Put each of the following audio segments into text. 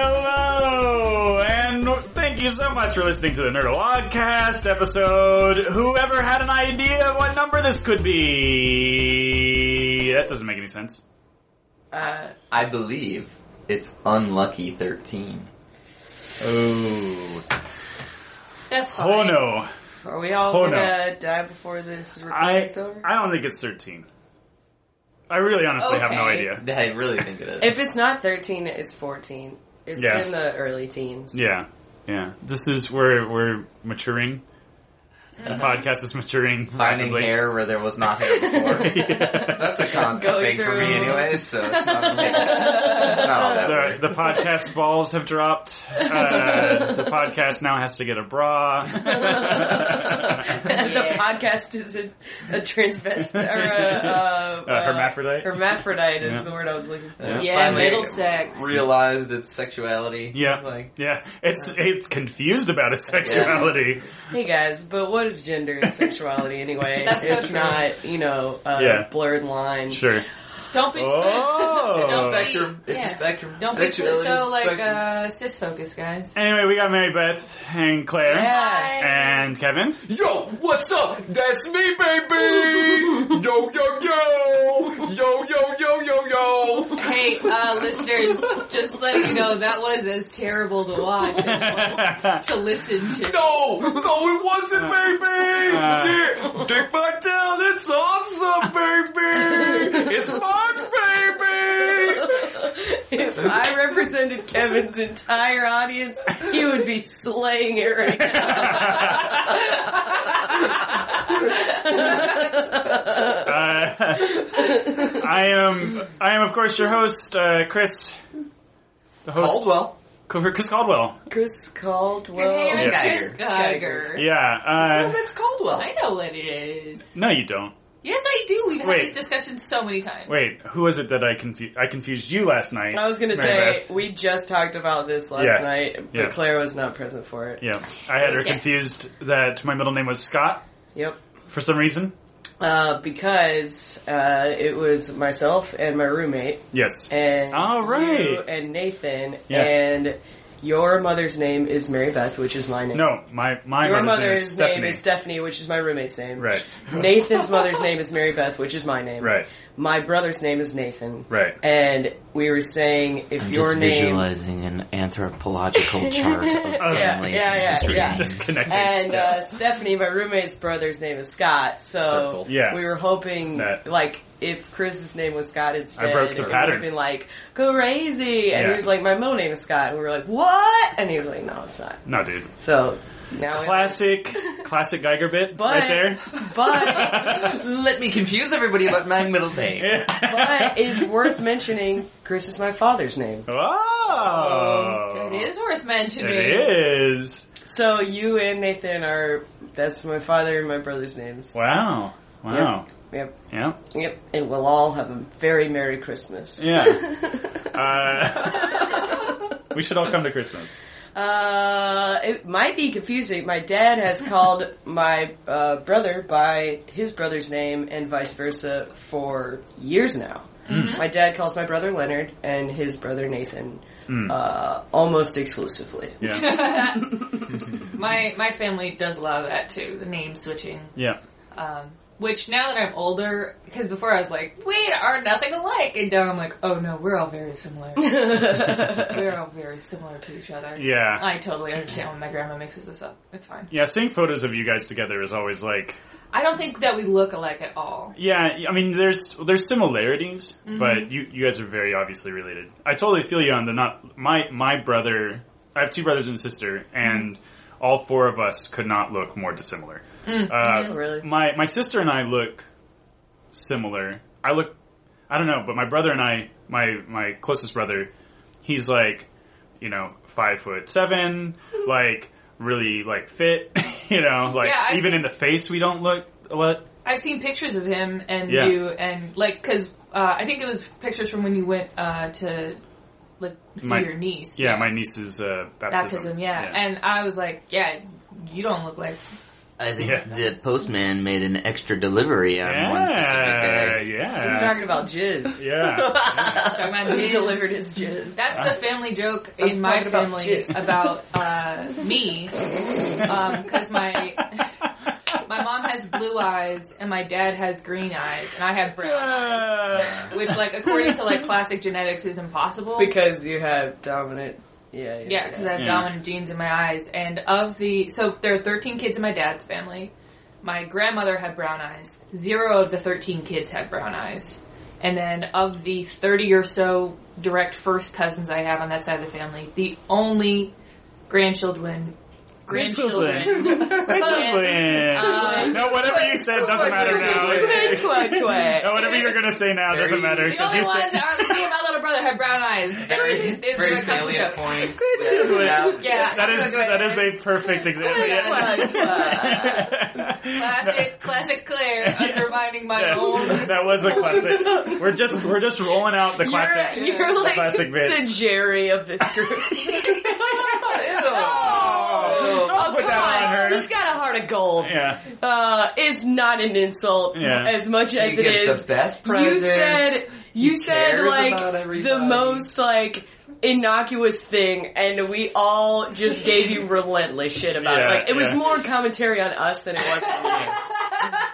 Hello, and thank you so much for listening to the Nerdalogcast episode. Whoever had an idea of what number this could be? That doesn't make any sense. I believe it's unlucky 13. Oh, That's fine. oh no! Are we all Oh, no. gonna die before this I recording's over? I don't think it's thirteen. I really honestly have no Okay. idea. I really think it is. if it's not 13, it's 14. It's Yeah. in the early teens. Yeah, yeah. This is where we're maturing. Mm-hmm. The podcast is maturing. Finding rapidly. hair where there was not hair before. Yeah. That's a constant Going thing for me through. anyway, so it's not, it's not all that the, weird. the podcast balls have dropped. Uh, the podcast now has to get a bra. the podcast is a, a transvest or a, uh, A hermaphrodite? hermaphrodite is Yeah. the word I was looking for. Yeah. Yeah, It's finally- Middlesex. Realized its sexuality. yeah, Like, yeah. It's it's confused about its sexuality. Hey guys, but what is gender and sexuality anyway? That's so if true. not, you know, uh, Yeah. blurred line. Sure. Don't be Oh. spectrum. It's a Yeah. spectrum. don't be sexuality so like spectrum. uh, cis focused, guys. Anyway, we got Mary Beth and Claire Hi. and Kevin. Yo, what's up? That's me, baby! Yo, yo, yo! Yo, yo, yo, yo, yo! Hey, uh, listeners, just letting you know that was as terrible to watch as Uh, it was to listen to. No! No, it wasn't, baby! Uh. yeah! Dick my down, it's awesome, baby! It's March, baby! If I represented Kevin's entire audience, he would be slaying it right now. Uh, I am I am of course your host, uh, Chris. The host Caldwell. Chris Caldwell. Chris Your Caldwell. name is Yeah. Chris Geiger. Yeah. Uh, Well, Oh, that's Caldwell. I know what it is. no, you don't. Yes, I do. We've Wait. had these discussions so many times. Wait, who was it that I confused? I confused you last night. I was gonna Mary say Beth. we just talked about this last Yeah. night, but Yeah. Claire was not present for it. Yeah, I had her Yeah. confused that my middle name was Scott Yep. for some reason. Uh, because uh, it was myself and my roommate Yes. and All right. you and Nathan Yeah. and your mother's name is Mary Beth, which is my name. No, my my mother's name Your is mother's Stephanie. name is Stephanie, which is my roommate's name. right, Nathan's mother's name is Mary Beth, which is my name. right, My brother's name is Nathan. right. And we were saying if your just name visualizing an anthropological chart of yeah, yeah, families and yeah, history. yeah. Just connecting. and yeah. uh, Stephanie, my roommate's brother's name is Scott. So Circle. Yeah. we were hoping That- like if Chris's name was Scott instead, I broke the it would pattern. have been like crazy. And Yeah. he was like, my middle name is Scott, and we were like, what? And he was like, no, it's not. no, dude. So now, Classic, classic Geiger bit But- right there. but. Let me confuse everybody about my middle name. but it's worth mentioning Chris is my father's name. oh, Um, Um, It is worth mentioning. It is. So you and Nathan are that's my father and my brother's names. Wow. Wow. Yep. Yeah. Yep. And we'll all have a very Merry Christmas. Yeah. uh, we should all come to Christmas. Uh it might be confusing. My dad has called my uh, brother by his brother's name and vice versa for years now. Mm-hmm. My dad calls my brother Leonard and his brother Nathan Mm. uh, almost exclusively. Yeah. My my family does allow that too, the name switching. Yeah. Um, which now that I'm older, because before I was like, we are nothing alike, and now I'm like, oh no, we're all very similar. we're all very similar to each other. Yeah. I totally understand when my grandma mixes us up. It's fine. Yeah, seeing photos of you guys together is always like, I don't think that we look alike at all. yeah. I mean, there's there's similarities, Mm-hmm. but you you guys are very obviously related. I totally feel you on the not my my brother. I have two brothers and a sister, and all four of us could not look more dissimilar. Mm, Uh, Really? My my sister and I look similar. I look, I don't know, but my brother and I, my my closest brother, he's like, you know, five foot seven, like really like fit, you know, like Yeah, I even see- in the face we don't look a lot. I've seen pictures of him and Yeah. you, and like, because uh, I think it was pictures from when you went uh, to like see My- your niece. Yeah, my niece's uh, baptism. Baptism, yeah. And I was like, yeah, you don't look like. I think Yeah. the postman made an extra delivery on one specific yeah, day. yeah. This is talking about jizz. Yeah. yeah. Talking about He jizz. delivered his jizz. That's the family joke I'm in my talking about family jizz. about uh, me, because Um, my my mom has blue eyes and my dad has green eyes, and I have brown eyes, Yeah. which, like, according to like classic genetics, is impossible. Because you have dominant. Yeah, yeah. Yeah, because I have Yeah. dominant genes in my eyes. And of the, so there are 13 kids in my dad's family. My grandmother had brown eyes. Zero of the 13 kids had brown eyes. And then of the 30 or so direct first cousins I have on that side of the family, the only grandchildren, grandchildren, Grandchildren. um, no, whatever you said doesn't matter Twig, now. twig, twig. no, whatever you're gonna say now doesn't matter the because only you ones said. are me and my little brother had brown eyes. Very, It's very a cousin salient joke. points. Twig. Yeah, That is that is a perfect example. Twig, Twig, twig. classic, classic Claire undermining my Yeah, own. that was a classic. We're just we're just rolling out the classic. You're, you're like Classic bits. the Jerry of this group. Oh, don't Oh, put come that on on. her. He's got a heart of gold. Yeah, Uh, it's not an insult Yeah. as much He as it gives is. the best You presents. said you He said cares like about the everybody. most like innocuous thing and we all just gave you relentless shit about Yeah, it. Like it was yeah. more commentary on us than it was on you.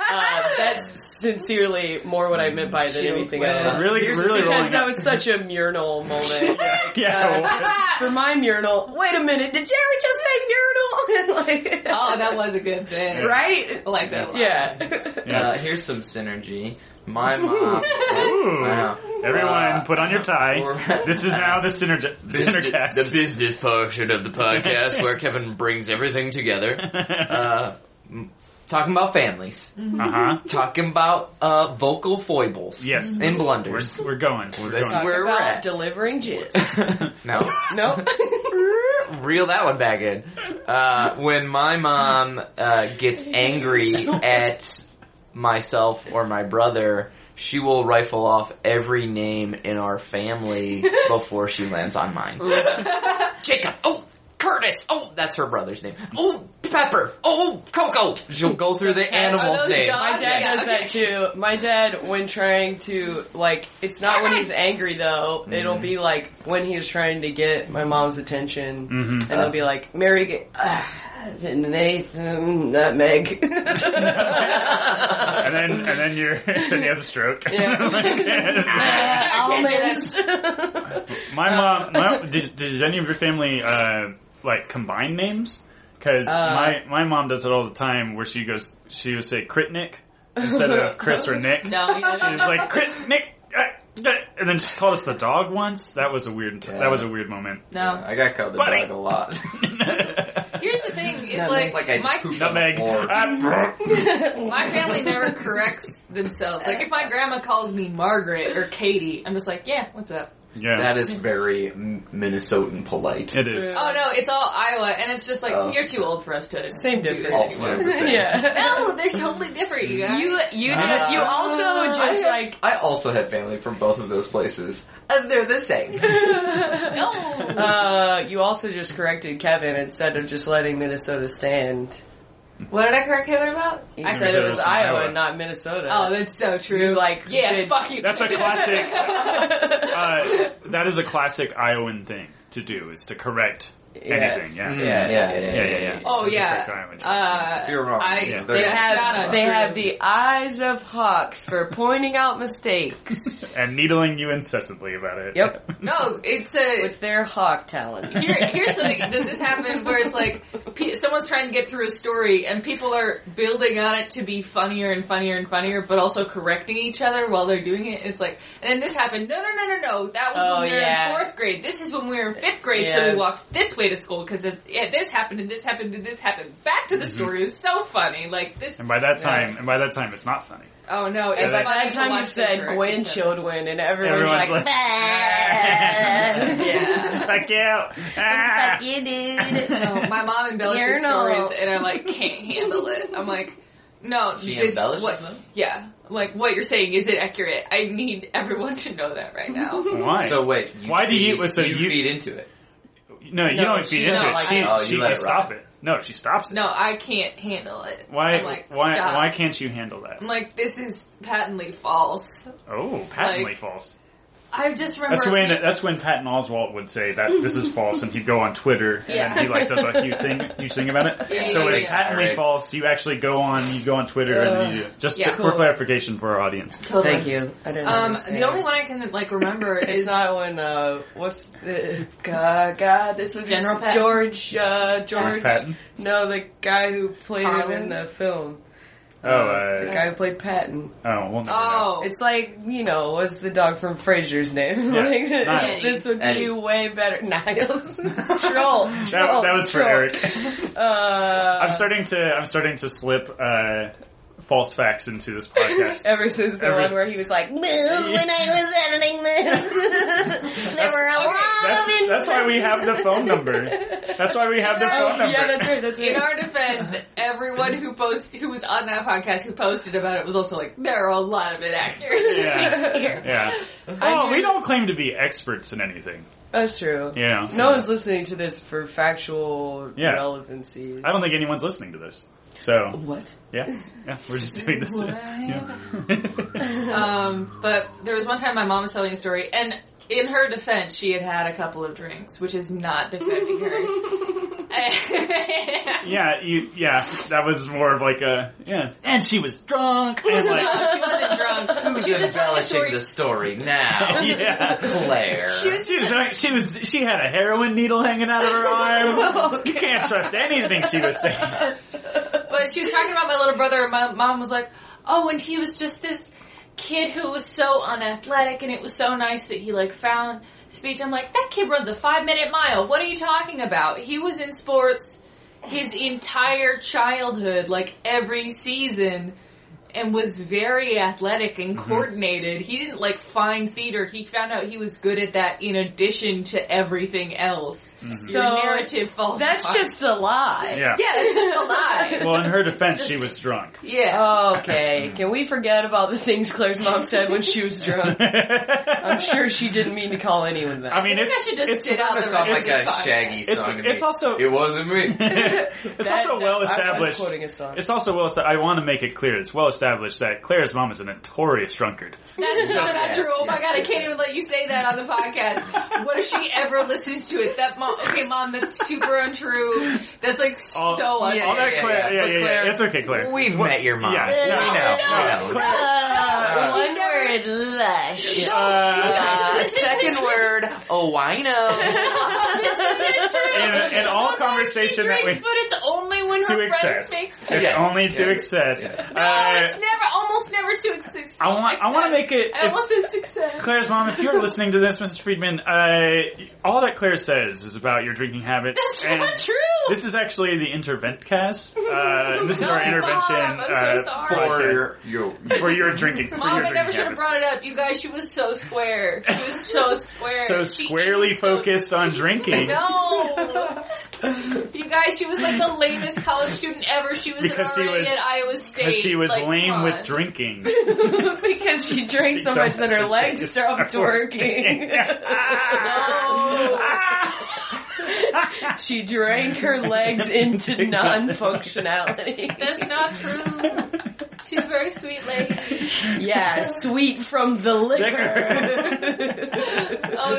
Uh, that's sincerely more what I meant by than anything West. else. really, really Because rolling that out. was such a mural moment. yeah, well, For my mural, wait a minute, did Jerry just say mural? like, Oh, that was Oh, a good bit. right? I like that. Yeah. yeah. Uh, here's some synergy. My mom. Ooh. Wow. Everyone, Uh, put on your tie. or- This is now the synerg- Business- the synergast. business portion of the podcast where Kevin brings everything together. Uh, m- talking about families. Uh huh. Talking about uh, vocal foibles. Yes. And We're, blunders. we're going. We're going. That's Talk Where we're about at. delivering jizz. no. nope. Reel that one back in. Uh, when my mom uh, gets angry at myself or my brother, she will rifle off every name in our family before she lands on mine. Jacob. Oh, Curtis. Oh, that's her brother's name. Oh, Pepper. Oh, Coco. She'll go through the animals' those names. dogs? My dad Yeah, does that too. My dad, when trying to, like, it's not when he's angry though. It'll be like when he's trying to get my mom's attention. And he'll be like, Mary, uh, Nathan, Nutmeg. And then and then you're then he has a stroke. Almonds. my mom. My, did did any of your family uh, like combine names? Because Uh, my my mom does it all the time, where she goes she would say Critnick instead of Chris or Nick. No, you know, She was like Critnick. uh, uh," And then she called us the dog once. That was a weird. That was a weird moment. no. got called the Buddy. a lot. Here's the thing: it's No, like, like I my pooped on the Nutmeg. floor. Ah, my family never corrects themselves. Like if my grandma calls me Margaret or Katie, I'm just like, yeah, what's up? yeah, That is very M- Minnesotan polite. it is. Oh no, it's all Iowa, and it's just like Oh. you're too old for us to. Same do this difference. anymore. Also the same. yeah. No, they're totally different, you guys. You, you just, you Ah. also just like, I also have family from both of those places. And Uh, they're the same. no. uh, you also just corrected Kevin instead of just letting Minnesota stand. What did I correct Kevin about? You I said it was Iowa, and not Minnesota. Oh, that's so true. You, like, yeah, did- fuck you. That's a classic. uh, that is a classic Iowan thing to do is to correct anything. Yeah. Yeah, yeah, yeah, yeah, yeah, yeah. Oh It's a yeah. correct Iowan joke. Uh, You're wrong. I- Yeah. They That's not have a they true- have the eyes of hawks for pointing out mistakes and needling you incessantly about it. Yep. no, it's a with their hawk talents. Here, here's something. Does this happen where it's like pe- someone's trying to get through a story and people are building on it to be funnier and funnier and funnier, but also correcting each other while they're doing it? It's like, and then this happened. No, no, no, no, no. That was Oh, when we were yeah. in fourth grade. This is when we were in fifth grade, so Yeah. we walked this way to school because yeah, this happened and this happened and this happened. Back to the story. It was so funny. Like this. And by that time, Yes. and by that time, it's not funny. Oh no! It's by By funny that to time watch you them said correct Gwen each other. Childwin and everyone's, Everyone's like, like, Yeah. Fuck you. Ah. you No, my mom embellishes You're not. stories, and I like can't handle it. I'm like, no, She this, embellishes what, them? Yeah, I'm like what you're saying is it accurate? I need everyone to know that right now. Why? So wait, you Why do you- feed- so you- feed into it? no, you No, don't she feed into don't it. like She, it. Oh, you she let you it stop ride. it. No, she stops it. No, I can't handle it. Why? I'm like, why? Stop. Why can't you handle that? I'm like, this is patently false. Oh, patently Like- false. I just remember. That's when that's when Patton Oswalt would say that this is false, and he'd go on Twitter and Yeah. then he like does a huge thing, huge thing about it. Yeah, so yeah, it's yeah. patently Alright. false. You actually go on, you go on Twitter, Ugh. and you just Yeah. for Cool. clarification for our audience. Totally. Thank you. I didn't Um, understand. the only one I can like remember "Oh, It's is not when, uh, what's, the, God, God, this would be General s- Patton? George, uh, George George, Patton. no, the guy who played him in Harlan? the film. Oh, the uh, guy who played Patton. oh, we'll never know. Oh, It's like, you know, what's the dog from Frasier's name? Yeah, like, Niles. this would Eddie. be way better. Niles. troll. That, Oh, that was for troll. Eric. Uh, I'm starting to I'm starting to slip uh, false facts into this podcast. Ever since the Ever- one where he was like, "Moo!" when I was editing this, there were a lot of That's, in- that's why we have the phone number. That's why we have the Oh, phone number. yeah, that's right. That's right. in our defense, everyone who post who was on that podcast who posted about it was also like, there are a lot of inaccuracies Yeah. here. Yeah. I Oh, do- we don't claim to be experts in anything. That's true. You know. No one's listening to this for factual Yeah. relevancy. I don't think anyone's listening to this. So What? yeah, yeah, we're just doing this. Yeah. Um, but there was one time my mom was telling a story, and in her defense, she had had a couple of drinks, which is not defending her. yeah, you, yeah, that was more of like a yeah. And she was drunk and like she wasn't drunk. Who's she was just telling a embellishing story. the story now? yeah. Claire. She was, drunk- she was she had a heroin needle hanging out of her arm. Oh, You can't trust anything she was saying. But she was talking about my little brother, and my mom was like, "Oh, and he was just this kid who was so unathletic, and it was so nice that he like found speech." I'm like, "That kid runs a five minute mile. What are you talking about? He was in sports his entire childhood, like every season." And was very athletic and coordinated. He didn't like find theater. He found out he was good at that in addition to everything else. So So, narrative falls. That's apart. just a lie. Yeah. yeah. That's just a lie. Oh, Well, in her defense, she was drunk. yeah. Okay, can we forget about the things Claire's mom said when she was drunk? I'm sure she didn't mean to call anyone that. I mean, I it's should just it's sit out the That sounds like rest of a the podcast. shaggy it's song. to it's me. also It wasn't me. it's That- also well I was established. quoting a song. It's also well. esta- I want to make it clear. It's well established that Claire's mom is a notorious drunkard. That's so not Yes, true. Oh my yes, god, I yes. can't even let you say that on the podcast. What if she ever listens to it? That mom, okay, mom, that's super untrue. That's like All- so yeah, All untrue. that yeah, Claire, yeah. yeah, But yeah, yeah. Claire- It's okay, Claire. We've met your mom. Yeah. We No, know. no, we know. Claire- Uh, one word, lush. Uh, Uh, second word, oh, I know. this isn't true. uh, in, in all Sometimes conversation she that we drinks, but it's only when to her friend excess, makes. it's Yes. only to Yes. excess. Oh, Uh, it's never, almost never to excess. I want. I want to make it. I if- wasn't success. Claire's mom, if you're listening to this, Mrs. Friedman, uh, all that Claire says is about your drinking habits. That's and not true. This is actually the intervent cast. Uh, this is our No, intervention Mom, I'm so uh, sorry. podcast For you. for your drinking. For Mom, your I drinking never should have habits. brought it up. You guys, she was so square. She was so square. so She squarely is so- focused on drinking No, you guys, she was like the lamest college student ever. She was Because she an RA was- at Iowa State. because she was Like, lame come with on. Oh drinking. because she drank so much that her legs stopped working. No. she drank her legs into non-functionality. That's not true. She's a very sweet lady. Yeah, sweet from the liquor. Liquor. Oh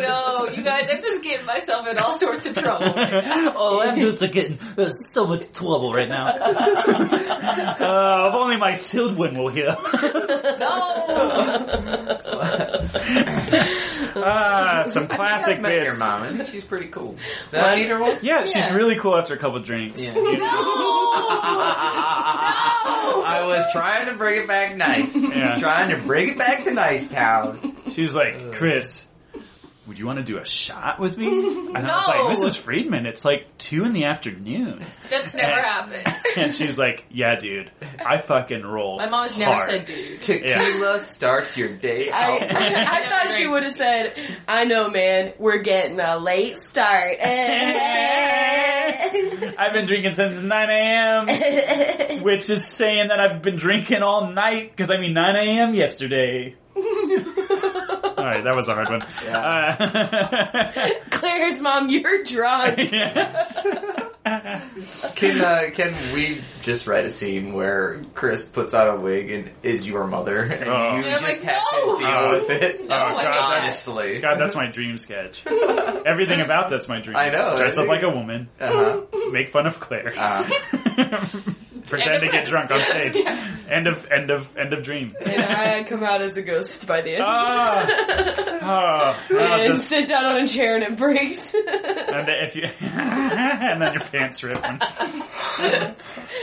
no, you guys, I'm just getting myself in all sorts of trouble. Oh, I'm just like, getting there's so much trouble right now. Uh, if only my children will hear. No, Ah, some classic I've met your bits. mom. I think she's pretty cool. What? That leader was. Yeah, she's really cool after a couple drinks. Yeah. You know? I was trying to bring it back nice. Yeah. Trying to bring it back to Nice Town. She's Uh. like, Chris, would you want to do a shot with me? And I was like, No. Mrs. Friedman, it's like two in the afternoon. that's never happened. And she's like, yeah, dude, I fucking roll. My mom has never hard. said dude. Tequila starts your day I, out. I, thought she would have said, I know man, we're getting a late start. I've been drinking since 9 a.m., which is saying that I've been drinking all night, because I mean 9 a.m. yesterday. Alright, that was a hard one. Yeah. Uh, Claire's mom, you're drunk. yeah. Can uh, can we just write a scene where Chris puts on a wig and is your mother, and Oh. you And I'm just like, have "No!" to deal Oh. with it? No, Oh, I God, can't. honestly. God, that's my dream sketch. Everything about that's my dream. I know, Dress up like right? a woman, Uh-huh. make fun of Claire, Uh, End pretend to get of premise. drunk on stage. Yeah. End of end of end of dream. and I come out as a ghost by the end. Ah, Ah, I'll and just, sit down on a chair and it breaks. and if you and then your pants rip. and-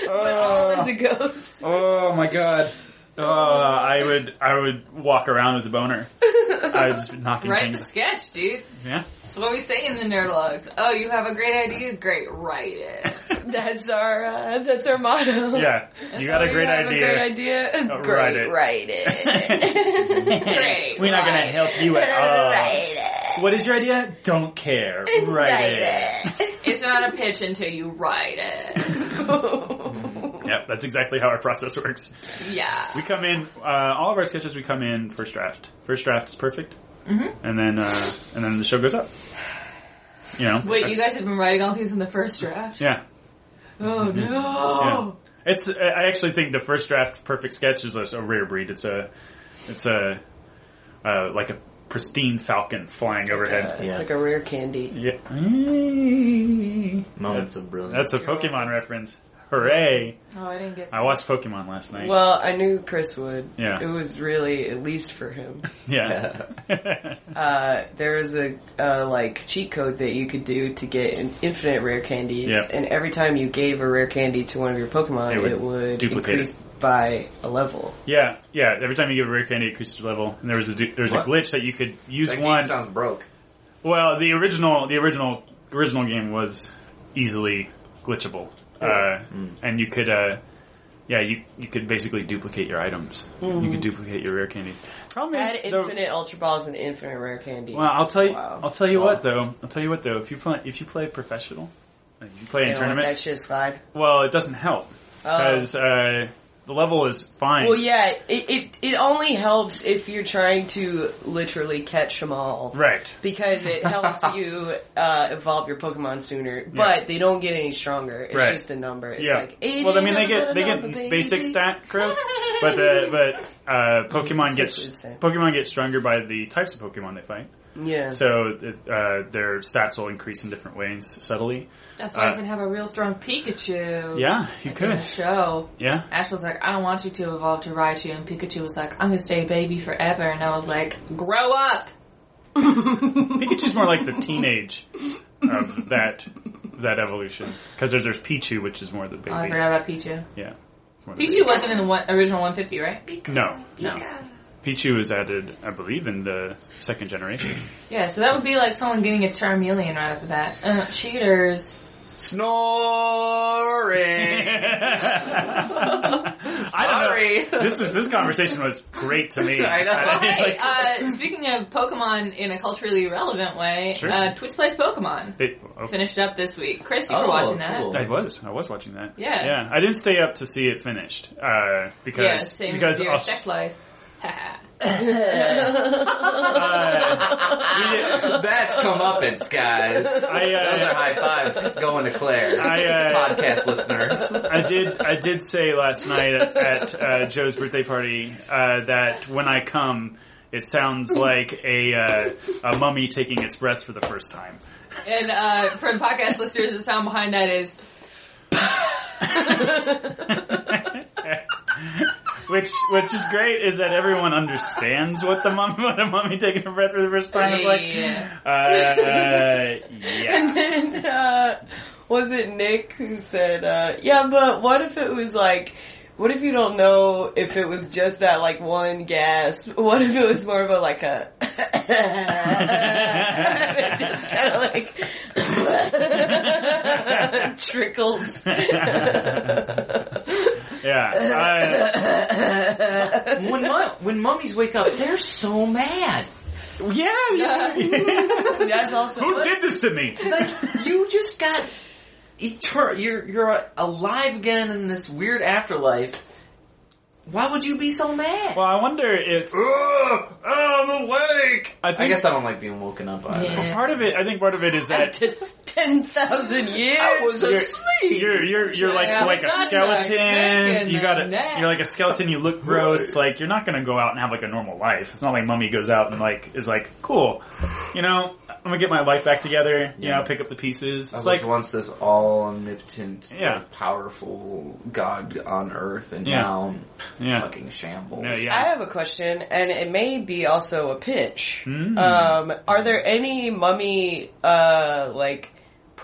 all as a ghost. Oh my god. Uh, I would I would walk around with a boner. I would just be knocking Write the things. sketch, dude. Yeah. That's what we say in the Nerdlogs. Oh, you have a great idea? Great, write it. That's our uh, that's our motto. Yeah. You got a Oh, great have idea. A great idea. Oh, great, write it. write it. Great. We're not gonna write help it. you at all. Write it. What is your idea? Don't care. Write, it. It's not a pitch until you write it. Yep, that's exactly how our process works. Yeah. We come in, uh, all of our sketches we come in first draft. First draft is perfect, mm-hmm. and then uh, and then the show goes up. You know, Wait, you guys have been writing all these in the first draft? yeah, Oh yeah. no. It's I actually think the first draft perfect sketch is a, a rare breed. It's a it's a uh, like a pristine falcon flying overhead. It's Yeah. like a rare candy. yeah, moments of brilliance. that's a Pokemon reference. Hooray! Oh, I didn't get I watched Pokemon last night. Well, I knew Chris would. Yeah. It was really, at least for him. yeah, Uh, there was a, uh, like, cheat code that you could do to get an infinite rare candies. Yeah. And every time you gave a rare candy to one of your Pokemon, It it would would, duplicate increase by a level. yeah, yeah. Every time you give a rare candy, it increases your level. And there was a du- there was What? a glitch that you could use That one. game sounds broke. Well, the original, the original, original game was easily glitchable, uh, Hmm. and you could, uh, yeah, you you could basically duplicate your items. You could duplicate your rare candies. Problem Hmm. Add is, the- infinite Ultra Balls and infinite rare candies. well, I'll tell you, Wow. I'll tell you what though, I'll tell you what though. If you play, if you play professional, like, if you play You in don't let that tournaments, shit slide. well, it doesn't help because uh, the level is fine. Well, yeah, it, it, it only helps if you're trying to literally catch them all. Right. Because it helps you uh, evolve your Pokemon sooner, but they don't get any stronger. It's Right. just a number. It's yeah. like 80 well, I mean, they blah, get they blah, get blah, basic baby. stat growth, but the but uh, Pokemon That's gets what you'd say. Pokemon gets stronger by the types of Pokemon they fight. Yeah. So uh, their stats will increase in different ways subtly. That's why Uh, I can have a real strong Pikachu. Yeah, you In could. the show. Yeah, Ash was like, I don't want you to evolve to Raichu, and Pikachu was like, I'm gonna stay a baby forever, and I was like, grow up! Pikachu's more like the teenage of that that evolution because there's there's Pichu, which is more the Oh, I baby. forgot about Pichu. yeah, More the baby. Pichu wasn't in the one, original 150, right? No, no. Pichu was added, I believe, in the second generation. Yeah, so that would be like someone getting a Charmeleon right off the bat. Uh, cheaters. Snoring. I Sorry. don't know. This is this conversation was great to me. I know. Well, hey, like, uh, speaking of Pokemon in a culturally relevant way, Sure. uh, Twitch plays Pokemon. it, oh, Finished up this week. Chris, you Oh, were watching that. cool. I was. I was watching that. Yeah. Yeah. I didn't stay up to see it finished. Uh, because Yeah, same because as your Aus- sex life. Haha. uh, That's comeuppance, guys. I, Those are uh, high fives going to Claire. I, uh, Podcast listeners. I did. I did say last night at, at uh, Joe's birthday party uh, that when I come, it sounds like a uh, a mummy taking its breath for the first time. And uh, for podcast listeners, the sound behind that is Which, which is great, is that everyone understands what the mummy, what a mummy taking a breath for the first time is like. Yeah. Uh, yeah, And then, uh, was it Nick who said, uh, yeah, but what if it was like, what if you don't know if it was just that like one gasp? What if it was more of a like a, it just kind of like trickles. yeah. I- When, mu- when mummies wake up, they're so mad. yeah, yeah. That's also Who did this to me? Like, you just got eternal. You're, you're alive again in this weird afterlife. Why would you be so mad? Well, I wonder if Ugh, I'm awake! I think I guess I don't like being woken up either. Yeah. part of it. I think part of it is that After 10,000 years. I was You're- asleep. you're you're you're like Yeah, like a that's skeleton. like You got to neck. You're like a skeleton. You look gross. Like you're not gonna go out and have like a normal life. It's not like mummy goes out and like is like cool. You know, I'm gonna get my life back together. You Yeah. know, pick up the pieces. I It's was like once this all omnipotent, Yeah. like, powerful God on Earth, and Yeah. now I'm Yeah. fucking shambles. yeah, I yeah. have a question, and it may be also a pitch. Hmm. Um, are there any mummy, uh, like,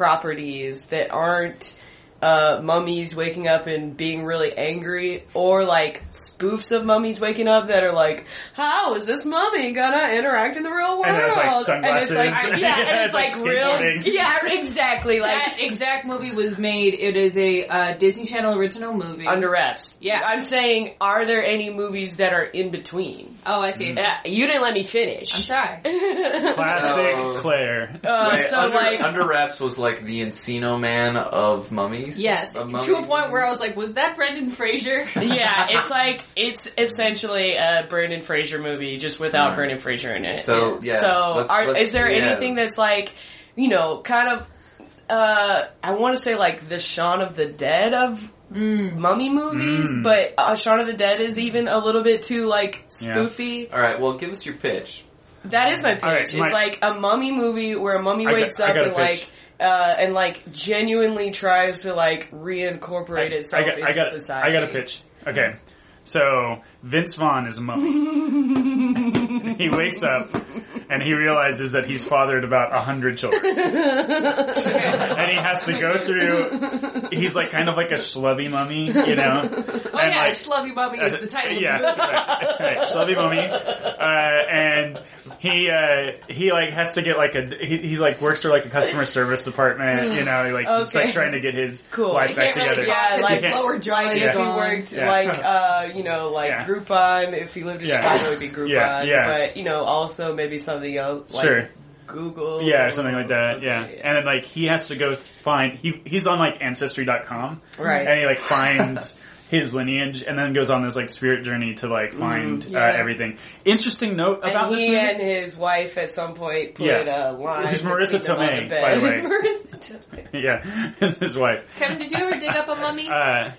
properties that aren't, uh, mummies waking up and being really angry, or like spoofs of mummies waking up that are like, how is this mummy gonna interact in the real world? And it's, like, And it's, like, sunglasses. yeah, and Yeah, it's, it's, like, like, skateboarding. real, yeah, exactly, That like, exact movie was made. It is a uh, Disney Channel original movie. under wraps. Yeah. I'm saying, are there any movies that are in between? oh, I see. Yeah, you didn't let me I'm finish. sorry. Classic So- Claire. Uh, Wait, so under, like, under wraps was like the Encino Man of mummies. Yes, Of mummy to a point where I was like, was that Brendan Fraser? yeah, it's like it's essentially a Brandon Fraser movie just without Right. Brandon Fraser in it. Hmm. So, yeah, so let's- are, let's- is there yeah. anything that's like, you know, kind of? Uh, I want to say like the Shaun of the Dead of Hmm. mummy movies, Hmm. Mm. but uh, Shaun of the Dead is even a little bit too like spoofy. All right, well, give us your pitch. That is my pitch. All right, it's my- like a mummy movie where a mummy I got- wakes I up got a and like pitch. uh, and like genuinely tries to like reincorporate itself into I got, society. I got a pitch. Okay. So Vince Vaughn is a mummy. he wakes up and he realizes that he's fathered about a hundred children, and he has to go through. He's like kind of like a schlubby mummy, you know. oh and yeah, like, uh, Schlubby Bubby is the title. yeah, Of the movie. right, right. Schlubby mummy, uh, and he uh, he like has to get like a he, he's like works for like a customer service department, you know, like he's Okay. like trying to get his Cool. life You back Can't really together. talk 'cause Yeah, like- his lower jaw Like is if he gone. worked Yeah. like uh, you know, like Yeah. Groupon, if he lived in Yeah. Chicago it'd be Groupon. Yeah, yeah. But you know, also maybe something else like Sure. Google. Yeah, or something like that. Okay, Yeah. And then like he has to go find he he's on like ancestry.com. Right. And he like finds his lineage and then goes on this like spirit journey to like find yeah. uh, everything. Interesting note Mm, And about this he movie. and his wife at some point put Yeah. a line. Who's Marissa between them on Tomei, the bed. by the way. Marissa Tomei. yeah. It's his wife. Kevin, did you ever dig up a mummy? Uh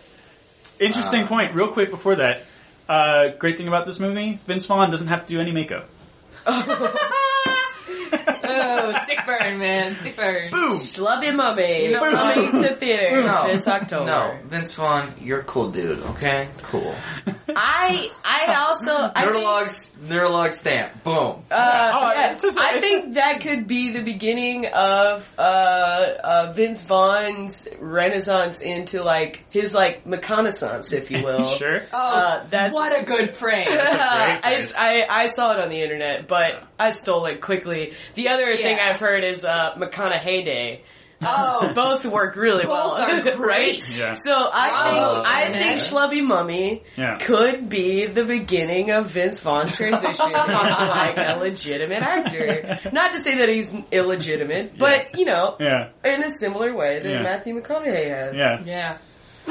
interesting Uh, point real quick before that. Uh great thing about this movie, Vince Vaughn doesn't have to do any makeup. oh, sick burn, man, sick burn. Boom. Schlubby Mummy You know, coming to theaters No. this October. No, Vince Vaughn, you're a cool dude. Okay, cool. I I also I think- Nerdlog, Nerdlog stamp. Boom. Uh, Oh, yeah, it's just- I it's think that could be the beginning of uh, uh, Vince Vaughn's renaissance into like his like reconnaissance, if you will. sure. Oh, Uh, that's- what a good phrase. great I, phrase. I, I saw it on the internet, but I stole it quickly. The other thing Yeah. I've heard is uh, McConaughey Day. Oh, Both work really well, Both are right? great. Yeah. So I Bravo, think I Vince. think Schlubby Mummy Yeah. could be the beginning of Vince Vaughn's transition into like a legitimate actor. Not to say that he's illegitimate, but you know, Yeah. in a similar way that Yeah. Matthew McConaughey has. Yeah. yeah.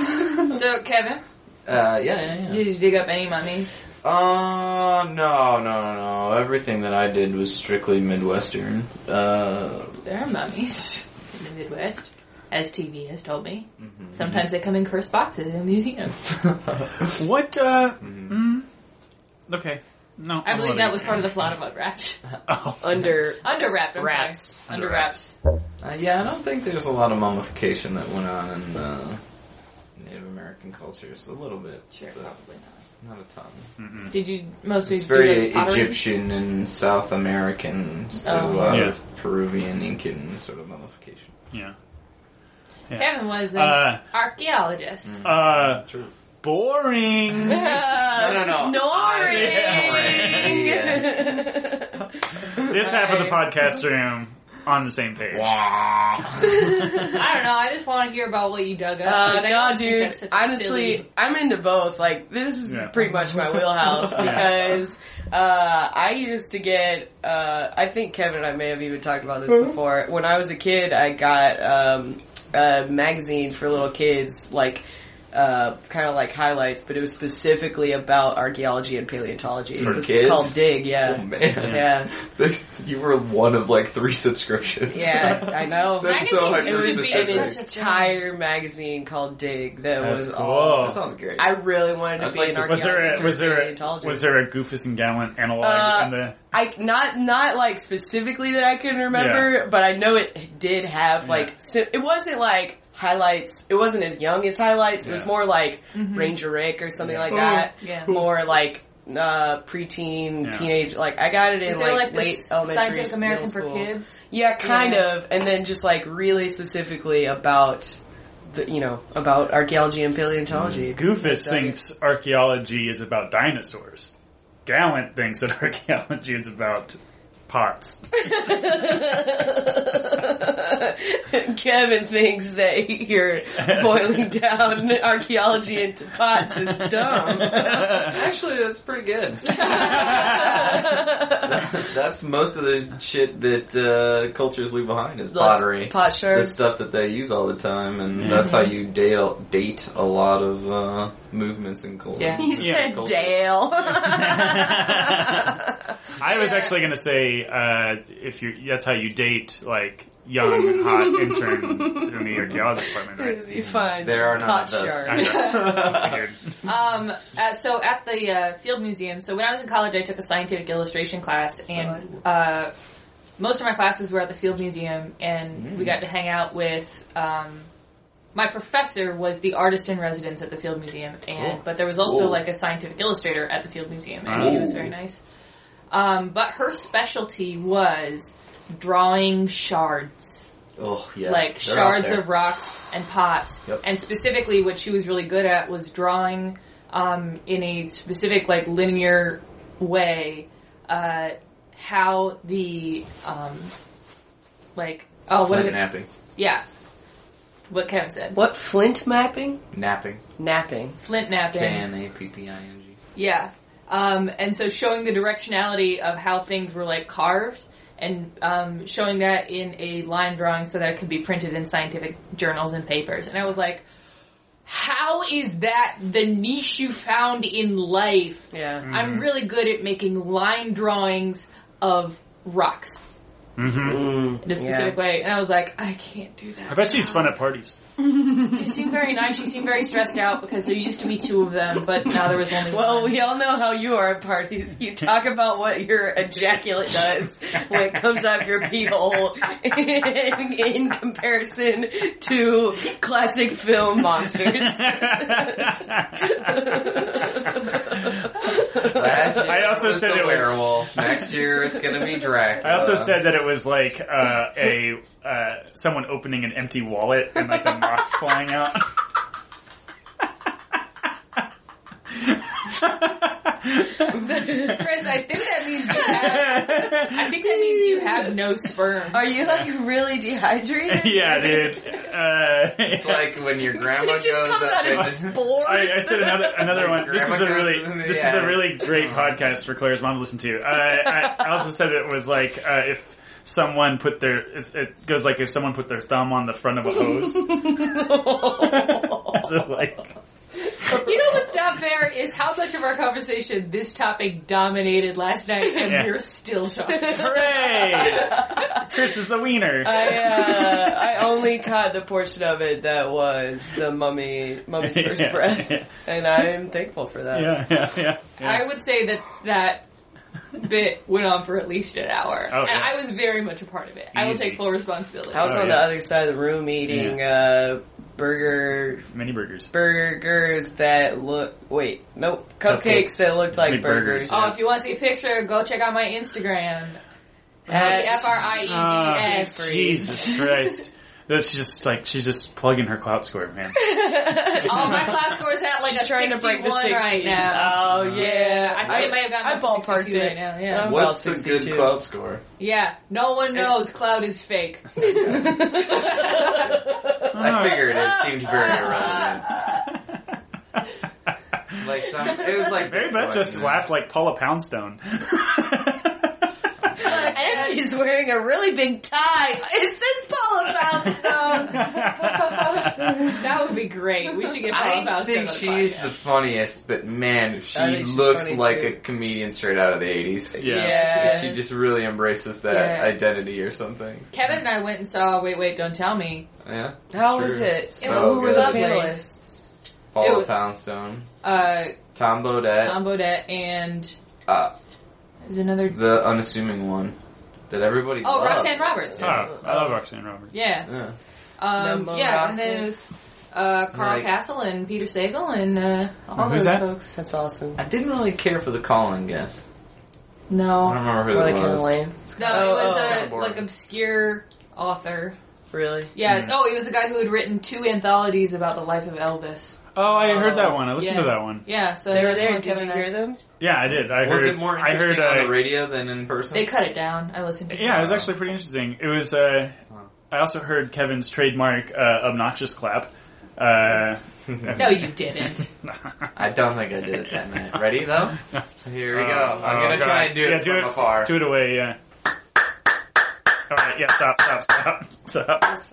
so, Kevin, Uh, yeah, yeah, yeah. did you dig up any mummies? Uh, no, no, no, no. Everything that I did was strictly Midwestern. Uh, There are mummies in the Midwest, as TV has told me. Mm-hmm. Sometimes they come in cursed boxes in museums. What uh mm, Okay. No. I believe that was part of the plot of Unwrapped. Oh. Under Under wrapped. I'm sorry. Wraps. Under wraps. Uh, yeah, I don't think there's a lot of mummification that went on in uh, Native American cultures. A little bit, Sure, but probably not. not a ton. Did you mostly Mm. It's very do the pottery? Egyptian and South American. so There's Oh. a lot Yeah. of Peruvian, Incan sort of mummification. Yeah. Kevin was an Uh, archaeologist. mm. Uh True. boring. no, no, no. snoring. This half of the podcast room on the same page. I don't know. I just want to hear about what you dug up. Uh, because I no, don't think dude. that's such a Honestly, silly- I'm into both. Like, this is Yeah. pretty much my wheelhouse Yeah. because uh, I used to get. Uh, I think Kevin and I may have even talked about this before. When I was a kid, I got um, a magazine for little kids, like uh, kind of like highlights, but it was specifically about archaeology and paleontology. For it was kids? called Dig, Oh yeah. man, yeah. you were one of like three subscriptions. Yeah, I know. That's so Magazines It was just just an be such a hyper-specific. entire magazine called Dig that That's was cool. all. That sounds great. I really wanted to I'd be like an to- Was there archaeologist a, was or there a, paleontologist. was there a Goofus and Gallant analog Uh, in the? I not not like specifically that I can remember, but I know it did have like si- it wasn't like highlights. It wasn't as young as highlights. It was Yeah. more like Ranger Rick or something like that. Mm-hmm. Yeah. More like uh preteen, Yeah. teenage. Like I got it in Is there like, like late this elementary, Scientific American middle for school. kids? Yeah, kind Yeah. of, and then just like really specifically about the you know about archaeology and Mm. paleontology. Goofus Like, thinks archaeology is about dinosaurs. Gallant thinks that archaeology is about pots. Kevin thinks that you're boiling down archaeology into pots is dumb. Actually, that's pretty good. that's most of the shit that uh, cultures leave behind is pottery, pot the shards. stuff that they use all the time, and that's how you date date a lot of uh, movements and cultures. Yeah. He Yeah. said Dale. I was actually going to say uh, if you that's how you date like young hot intern in the archaeology department, right? you find There are some none pot of those. I shards. know. Weird. Um, uh, so at the uh, Field Museum, so when I was in college, I took a scientific illustration class, and uh, most of my classes were at the Field Museum, and Mm. we got to hang out with. Um, my professor was the artist in residence at the Field Museum, and Cool. but there was also Cool. like a scientific illustrator at the Field Museum, and she was Oh. very nice. Um, but her specialty was drawing shards Oh yeah, like They're out shards there. of rocks and pots. Yep. And specifically, what she was really good at was drawing um, in a specific, like, linear way uh, how the, um, like, oh, what Like is it? napping, Yeah. What Kevin said. What flint mapping? napping, Napping. Flint napping. K N A P P I N G. Yeah. Um, and so showing the directionality of how things were like carved and um, showing that in a line drawing so that it could be printed in scientific journals and papers. And I was like, how is that the niche you found in life? Yeah. I'm really good at making line drawings of rocks Mm. in a specific way. And I was like, I can't do that. Mm-hmm. I bet she's fun at parties. She seemed very nice. She seemed very stressed out because there used to be two of them, but now there was only Well, one. we all know how you are at parties. You talk about what your ejaculate does when it comes out of your pee hole in, in comparison to classic film monsters. Last year I also it was said the it was- werewolf. Next year it's gonna be Dracula. I also said that it was like uh, a uh, someone opening an empty wallet and like the moth flying out. Chris, I think that means you have, I think that means you have no sperm. Are you like really dehydrated? yeah, dude. Uh, It's like when your grandma it just goes comes up out and- as spores. I, I said another another one. This is a Grandma really goes in the this is attic. a really great podcast for Claire's mom to listen to. Uh, I, I also said it was like uh, if someone put their it's, it goes like if someone put their thumb on the front of a hose. so like You know what's not fair is how much of our conversation this topic dominated last night, and Yeah. we're still talking. hooray! Chris is the wiener. I, uh, I only caught the portion of it that was the mummy, mummy's first Yeah, breath, yeah. and I am thankful for that. yeah, yeah, yeah. yeah. I would say that that bit went on for at least an hour, Oh, and yeah. I was very much a part of it. I will Easy. take full responsibility. I was Oh, on yeah. the other side of the room eating uh, burger Mini burgers. burgers that look wait nope cupcakes, Cupcakes. that looked like Big burgers. burgers. oh, if you want to see a picture, go check out my Instagram. At- F R I E D S. Oh, Ah. Jesus Christ. That's just like she's just plugging her clout score, man. All my class scores at like She's a trying to break the 61 right 60s. now. Oh yeah, I think it might have gotten I up to 62 ballparked it. right now. Yeah. Um, What's About a good 62. cloud score? Yeah, no one knows Cloud is fake. I figured it seemed very irrelevant. Like some, it was like Mary Beth just laughed like Paula Poundstone. and it's She's wearing a really big tie. Is this Paula Poundstone? That would be great. We should get Paula I Poundstone think on the she's podcast. the funniest, but man, I she think she's looks funny, like too. a comedian straight out of the 80s. Yeah. Yeah. She just really embraces that Yeah. identity or something. Kevin and I went and saw Wait Wait Don't Tell Me. Yeah. How True. was it? So was Who were the lovely. good. panelists? Paula It was- Poundstone, Uh, Tom Baudet, Tom Baudet and uh, there's another. the unassuming one that everybody Oh, loved. Roxanne Roberts. Oh, I love Roxanne Roberts. Yeah. Yeah. Um, Number yeah, rock. and then it was uh, Carl Right. Castle and Peter Sagal and uh, all Who's those that? folks. That's awesome. I didn't really care for the Colin guest. I No, don't remember who Really it was. kind of lame. no, Oh, it was oh. a Kinda boring. like obscure author. Really? Yeah. Mm-hmm. Oh, he was the guy who had written two anthologies about the life of Elvis. Oh, I heard Oh, that one. I listened yeah. to that one. Yeah. So They were that's there. one Did Kevin you and I- hear them? Yeah, I did. I Was heard. it more I interesting heard. on uh, the radio than in person? They cut it down. I listened to. it. yeah, it was actually pretty interesting. It was. Uh, I also heard Kevin's trademark uh, obnoxious clap. Uh, No, you didn't. I don't think I did it that night. Ready though? Here we go. Oh, I'm gonna God. try and do yeah, it do from it, afar. Do it away. Yeah. All right. Yeah. Stop. Stop. Stop. Stop.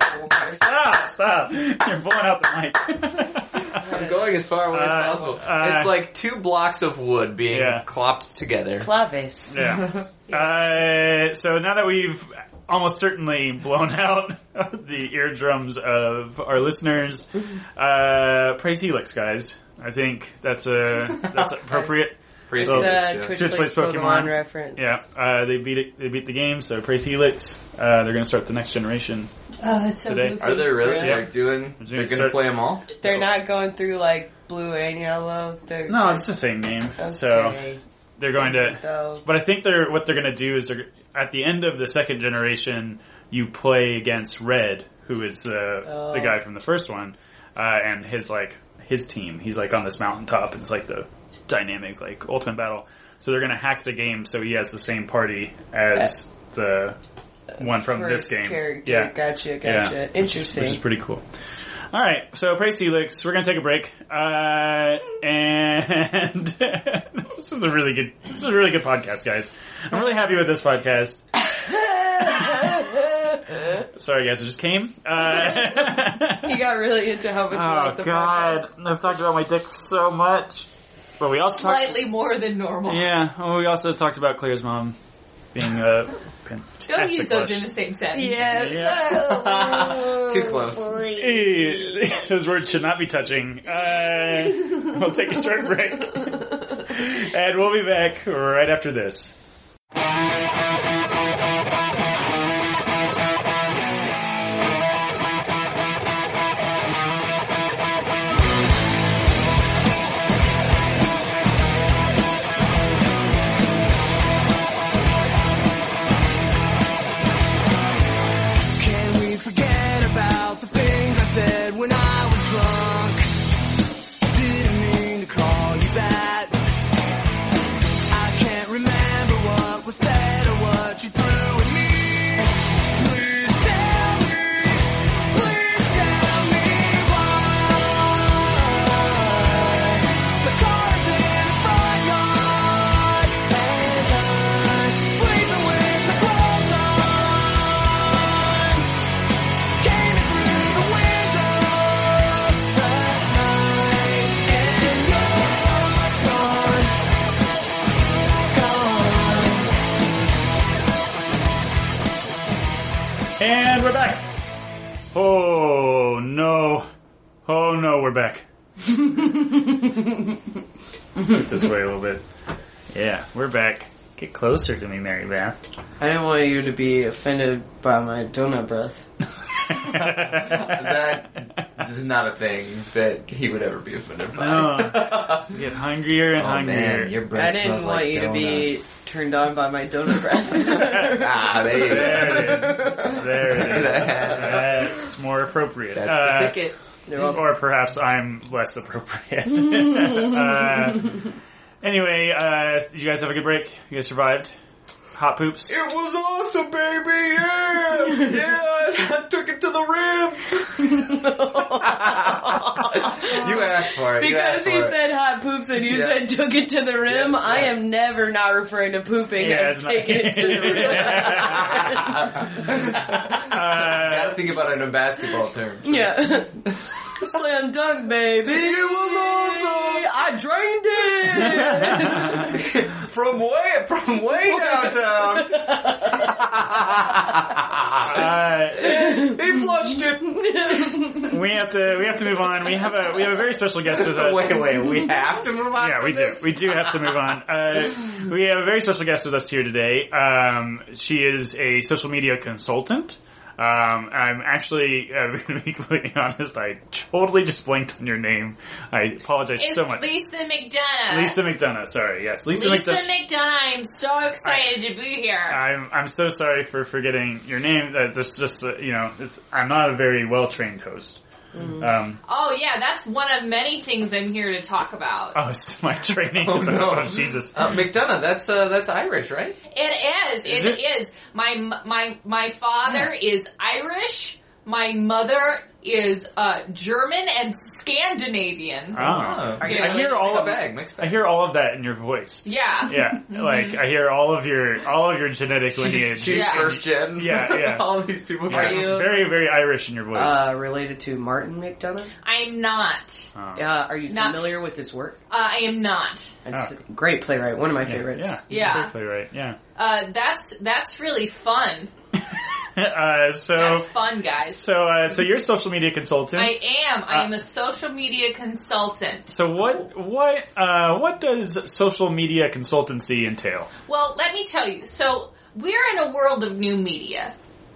Stop. Stop. You're blowing out the mic. I'm going as far away Uh, as possible. uh, it's like two blocks of wood being Yeah. clopped together. Clavis. Yeah. Uh, so now that we've almost certainly blown out the eardrums of our listeners, uh, praise Helix, guys. I think that's a that's appropriate. Pretty It's So- soon, a yeah. Twitch Just Plays plays Pokemon, Pokemon. reference. Yeah, uh, they beat it. They beat the game. So praise Helix. Uh, they're going to start the next generation. oh, that's so. Today. goofy. Are they really? Yeah. They're doing. They're They're doing cer- gonna play them all. They're not going through like blue and yellow. They're No, it's the same game. okay. So they're going to. So But I think they're what they're going to do is they're, at the end of the second generation, you play against Red, who is the Oh. the guy from the first one, uh, and his like his team. He's like on this mountaintop, and it's like the dynamic like ultimate battle. So they're going to hack the game so he has the same party as the one from this first game. character. Yeah, Gotcha. Gotcha. Interesting. which is pretty cool. All right, so praise Helix. We're gonna take a break, uh, and this is a really good. This is a really good podcast, guys. I'm really happy with this podcast. Sorry, guys, it just came. Uh, he got really into how much you oh like the God, podcast. I've talked about my dick so much, but we also talked. Slightly more than normal. Yeah, well, we also talked about Claire's mom being a fantastic. Don't use those lush. in the same sentence. Yeah. Yeah. Too close. Eh, Those words should not be touching. Uh, we'll take a short break. and we'll be back right after this. Can we forget about the things I said when I was drunk? Didn't mean to call you that. I can't remember what was said or what you threw at me. Please tell me. Please tell me why. The car's in the front yard and I'm sleeping with my clothes on. Came in through the window last night, and you're gone, gone. And we're back. Oh no. Oh no, we're back. Let's move this way a little bit. Yeah, we're back. Get closer to me, Mary Beth. I didn't want you to be offended by my donut breath. That is not a thing that he would ever be offended by. No. Oh, Get hungrier and Oh hungrier. man, your I breath didn't smells want like you to be donuts. turned on by my donut breath. Ah, there you there go. it is. There it is. That's more appropriate. That's Uh, the ticket. or perhaps I'm less appropriate. uh, anyway, uh, you guys have a good break. You guys survived. hot poops. It was awesome, baby! Yeah! yeah, I took it to the rim! You asked for it. you Because asked he for it. said hot poops and you Yeah. said took it to the rim, Yeah, I yeah. am never not referring to pooping Yeah, as it's not- taking it to the rim. Gotta Uh, think about it in basketball terms. yeah. Slam dunk, baby. It was I drained it. awesome! from way, from way downtown! uh, he flushed it! we have to we have to move on. We have a we have a very special guest with us. Wait, wait, we have to move on Yeah, from we do. this? We do have to move on. Uh, we have a very special guest with us here today. Um, she is a social media consultant. Um, I'm actually, uh, to be completely honest, I totally just blanked on your name. I apologize It's so much. Lisa McDonough. Lisa McDonough, sorry, yes, Lisa, Lisa McDonough. Uh, McDonough, I'm so excited to be here. I'm I'm so sorry for forgetting your name. Uh, That's just uh, you know, it's, I'm not a very well trained host. Um, oh yeah, that's one of many things I'm here to talk about. oh, it's my training Oh, is no. oh, Jesus. Uh, McDonough, that's, uh, that's Irish, right? It is. Is it Hmm. is. My my my father is Irish. My mother is uh, German and Scandinavian. Oh. Are you- I hear all Mixed of bag, mixed I bag. hear all of that in your voice. yeah. Yeah, like I hear all of your all of your genetic lineage. She's, she's Yeah. first gen. Yeah, yeah. All these people. Yeah, Are you- very very Irish in your voice? Uh, related to Martin McDonough? I'm not. Oh. Uh, are you Not- familiar with his work? Uh, I am not. Ah. It's a great playwright, one of my yeah, favorites. yeah, he's Yeah. perfectly right. Yeah. Uh, that's that's really fun. Uh, so That's fun, guys. so uh, so you're a social media consultant. I am. I am a social media consultant. so what what uh, what does social media consultancy entail? Well, let me tell you. So we're in a world of new media.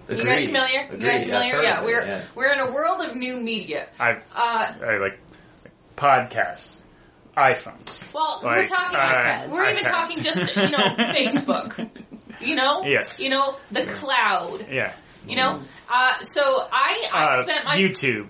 You guys Agreed. familiar? Agreed. You guys I've familiar? heard of Yeah, it, we're yeah. we're in a world of new media. I Uh, I like podcasts, iPhones. well, we're Like, talking. uh, we're even iPads. talking just you know Facebook. You know. Yes. You know the cloud. Yeah. You know. Uh, so I I Uh, spent my YouTube,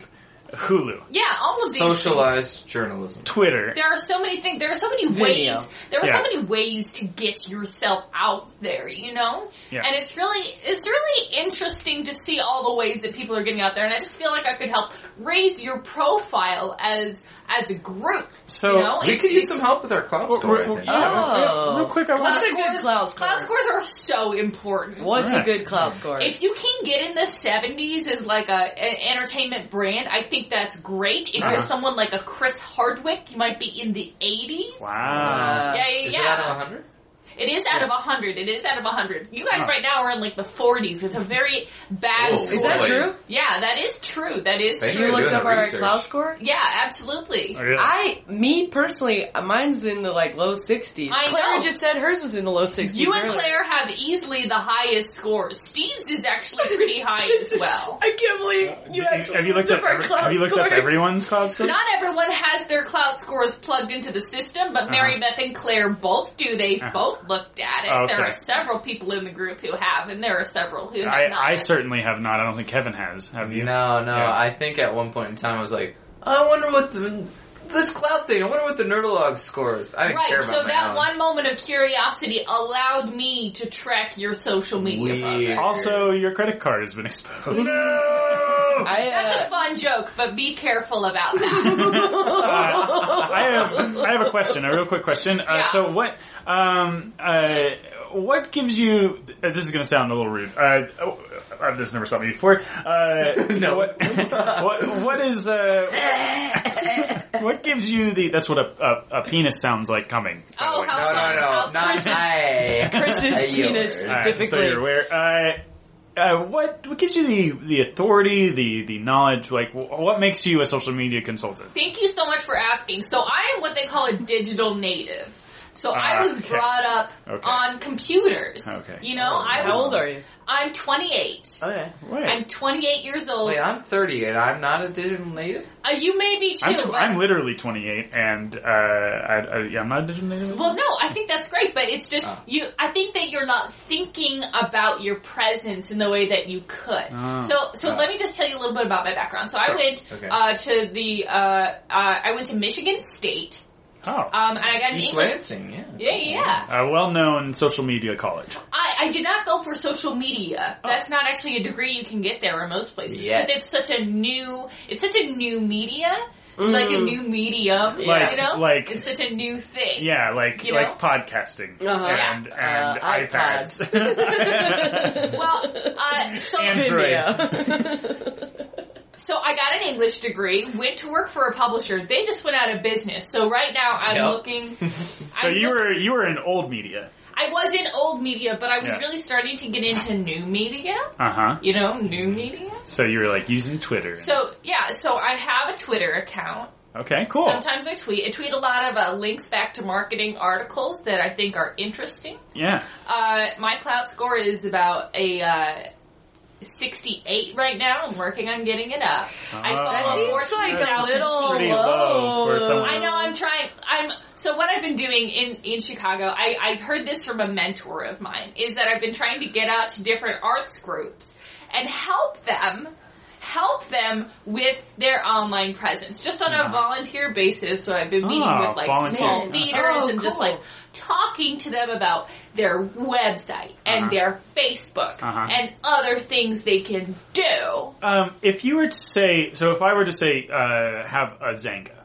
Hulu, yeah all of these things. Socialized journalism. Twitter. there are so many things. There are so many Video. ways. There are Yeah. so many ways to get yourself out there, you know. Yeah. And it's really, it's really interesting to see all the ways that people are getting out there. And I just feel like I could help raise your profile as as a group. So you know? We It's- could use it's- some help with our cloud We're- score. I we're- think. yeah, Oh. real- real quick, I want What's a good cloud score? Cloud scores are so important. What's Alright. a good cloud score? If you can get in the 70s as like a, an entertainment brand, I think that's great. If Uh-huh. you're someone like a Chris Hardwick, you might be in the 80s. Uh, Wow. Yeah, yeah, Is yeah. it out of 100? It is out of a hundred. It is out of a hundred. You guys Huh. right now are in like the forties. It's a very bad Whoa. score. Is that Wait. true? Yeah, that is true. That is Thank true. You You're looked doing up the our research. cloud score? Yeah, absolutely. Oh, really? I, me personally, mine's in the like low 60s. I Claire know. just said hers was in the low 60s. You and earlier. Claire have easily the highest scores. Steve's is actually pretty high as well. I can't believe you Did actually Uh, have you looked up, our every- cloud have you looked up scores. everyone's cloud scores? Not everyone has their cloud scores plugged into the system, but Mary Beth and Claire both do. They Uh-huh. both looked at it. Oh, There okay. are several people in the group who have, and there are several who have not. I, I certainly have not. I don't think Kevin has. Have you? No, no. Yeah. I think at one point in time I was like, I wonder what the, this cloud thing, I wonder what the Nerdlog score is. I didn't care Right, about so my that own. one moment of curiosity allowed me to track your social media. Weird. progress. Also, your credit card has been exposed. I, uh, That's a fun joke, but be careful about that. Uh, I have I have a question, a real quick question. Uh, Yeah. So what um uh what gives you? Uh, this is going to sound a little rude. Uh, oh, I've this never saw me before. Uh, No. What, what what is uh what gives you the? That's what a a, a penis sounds like coming. by the Oh, way. how No, no, no. How Not Chris's- I. Chris's Yours. penis All All right, specifically. so you're aware. Uh, uh, what what gives you the the authority, the the knowledge? Like, wh- what makes you a social media consultant? Thank you so much for asking. So I am what they call a digital native. So I was Okay. brought up Okay. on computers. Okay. You know, I How was, old are you? I'm 28. Okay. Wait, I'm 28 years old. Wait, I'm 30 and I'm not a digital native? Uh, you may be too. uh, I'm, tw- but- I'm literally 28, and uh, I, I, yeah, I'm not a digital native. Well, no, I think that's great, but it's just Ah. you. I think that you're not thinking about your presence in the way that you could. Ah. So, so Ah. let me just tell you a little bit about my background. So, I Sure. went Okay. uh, to the uh, uh, I went to Michigan State. Oh. Um, and I got an East English. Lansing, yeah. Yeah, yeah. A well-known social media college. I, I did not go for social media. Oh. That's not actually a degree you can get there in most places because Yet. it's such a new, it's such a new media, like a new medium. Mm. Like- you know, like- it's such a new thing. Yeah, like You know? like podcasting Uh-huh. and and Uh, iPads. iPads. Well, uh, so so I got an English degree, went to work for a publisher. They just went out of business. So right now I'm Yep. looking. so you were you were in old media. I was in old media, but I was Yeah. really starting to get into new media. Uh huh. You know, new media. So you were like using Twitter. So yeah, so I have a Twitter account. okay, Oh. cool. Sometimes I tweet. I tweet a lot of uh, links back to marketing articles that I think are interesting. Yeah. Uh, my clout score is about a uh, 68 right now. I'm working on getting it up. I Oh. follow That seems like a 14,000 little people. Pretty Whoa. low for someone. I know. I'm trying. I'm so. What I've been doing in in Chicago, I I heard this from a mentor of mine is that I've been trying to get out to different arts groups and help them help them with their online presence, just on a volunteer basis. So I've been meeting Oh, with like volunteer. small theaters Oh, and just cool. like talking to them about their website and Uh-huh. their Facebook Uh-huh. and other things they can do. Um, if you were to say, so if I were to say, uh, have a Zanga.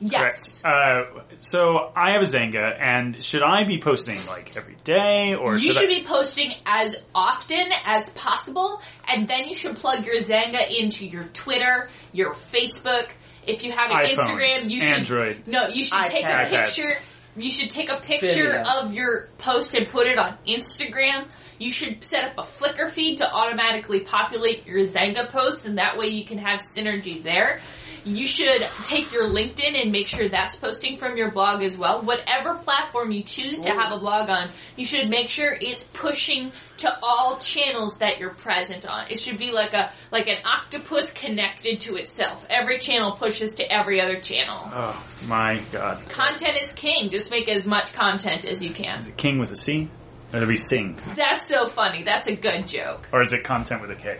Yes. Correct. Uh, so I have a Zanga, and should I be posting like every day, or You should I, be posting as often as possible, and then you should plug your Zanga into your Twitter, your Facebook. If you have an iPhones, Instagram, you should Android. no, you should take a iPads. picture. You should take a picture Video. of your post and put it on Instagram. You should set up a Flickr feed to automatically populate your Zanga posts, and that way you can have synergy there. You should take your LinkedIn and make sure that's posting from your blog as well. Whatever platform you choose to have a blog on, you should make sure it's pushing to all channels that you're present on. It should be like a like an octopus connected to itself. Every channel pushes to every other channel. Oh my god, Content is king. Just make as much content as you can. King with a C, or it'll be Sing, That's so funny. That's a good joke. or is it content with a K?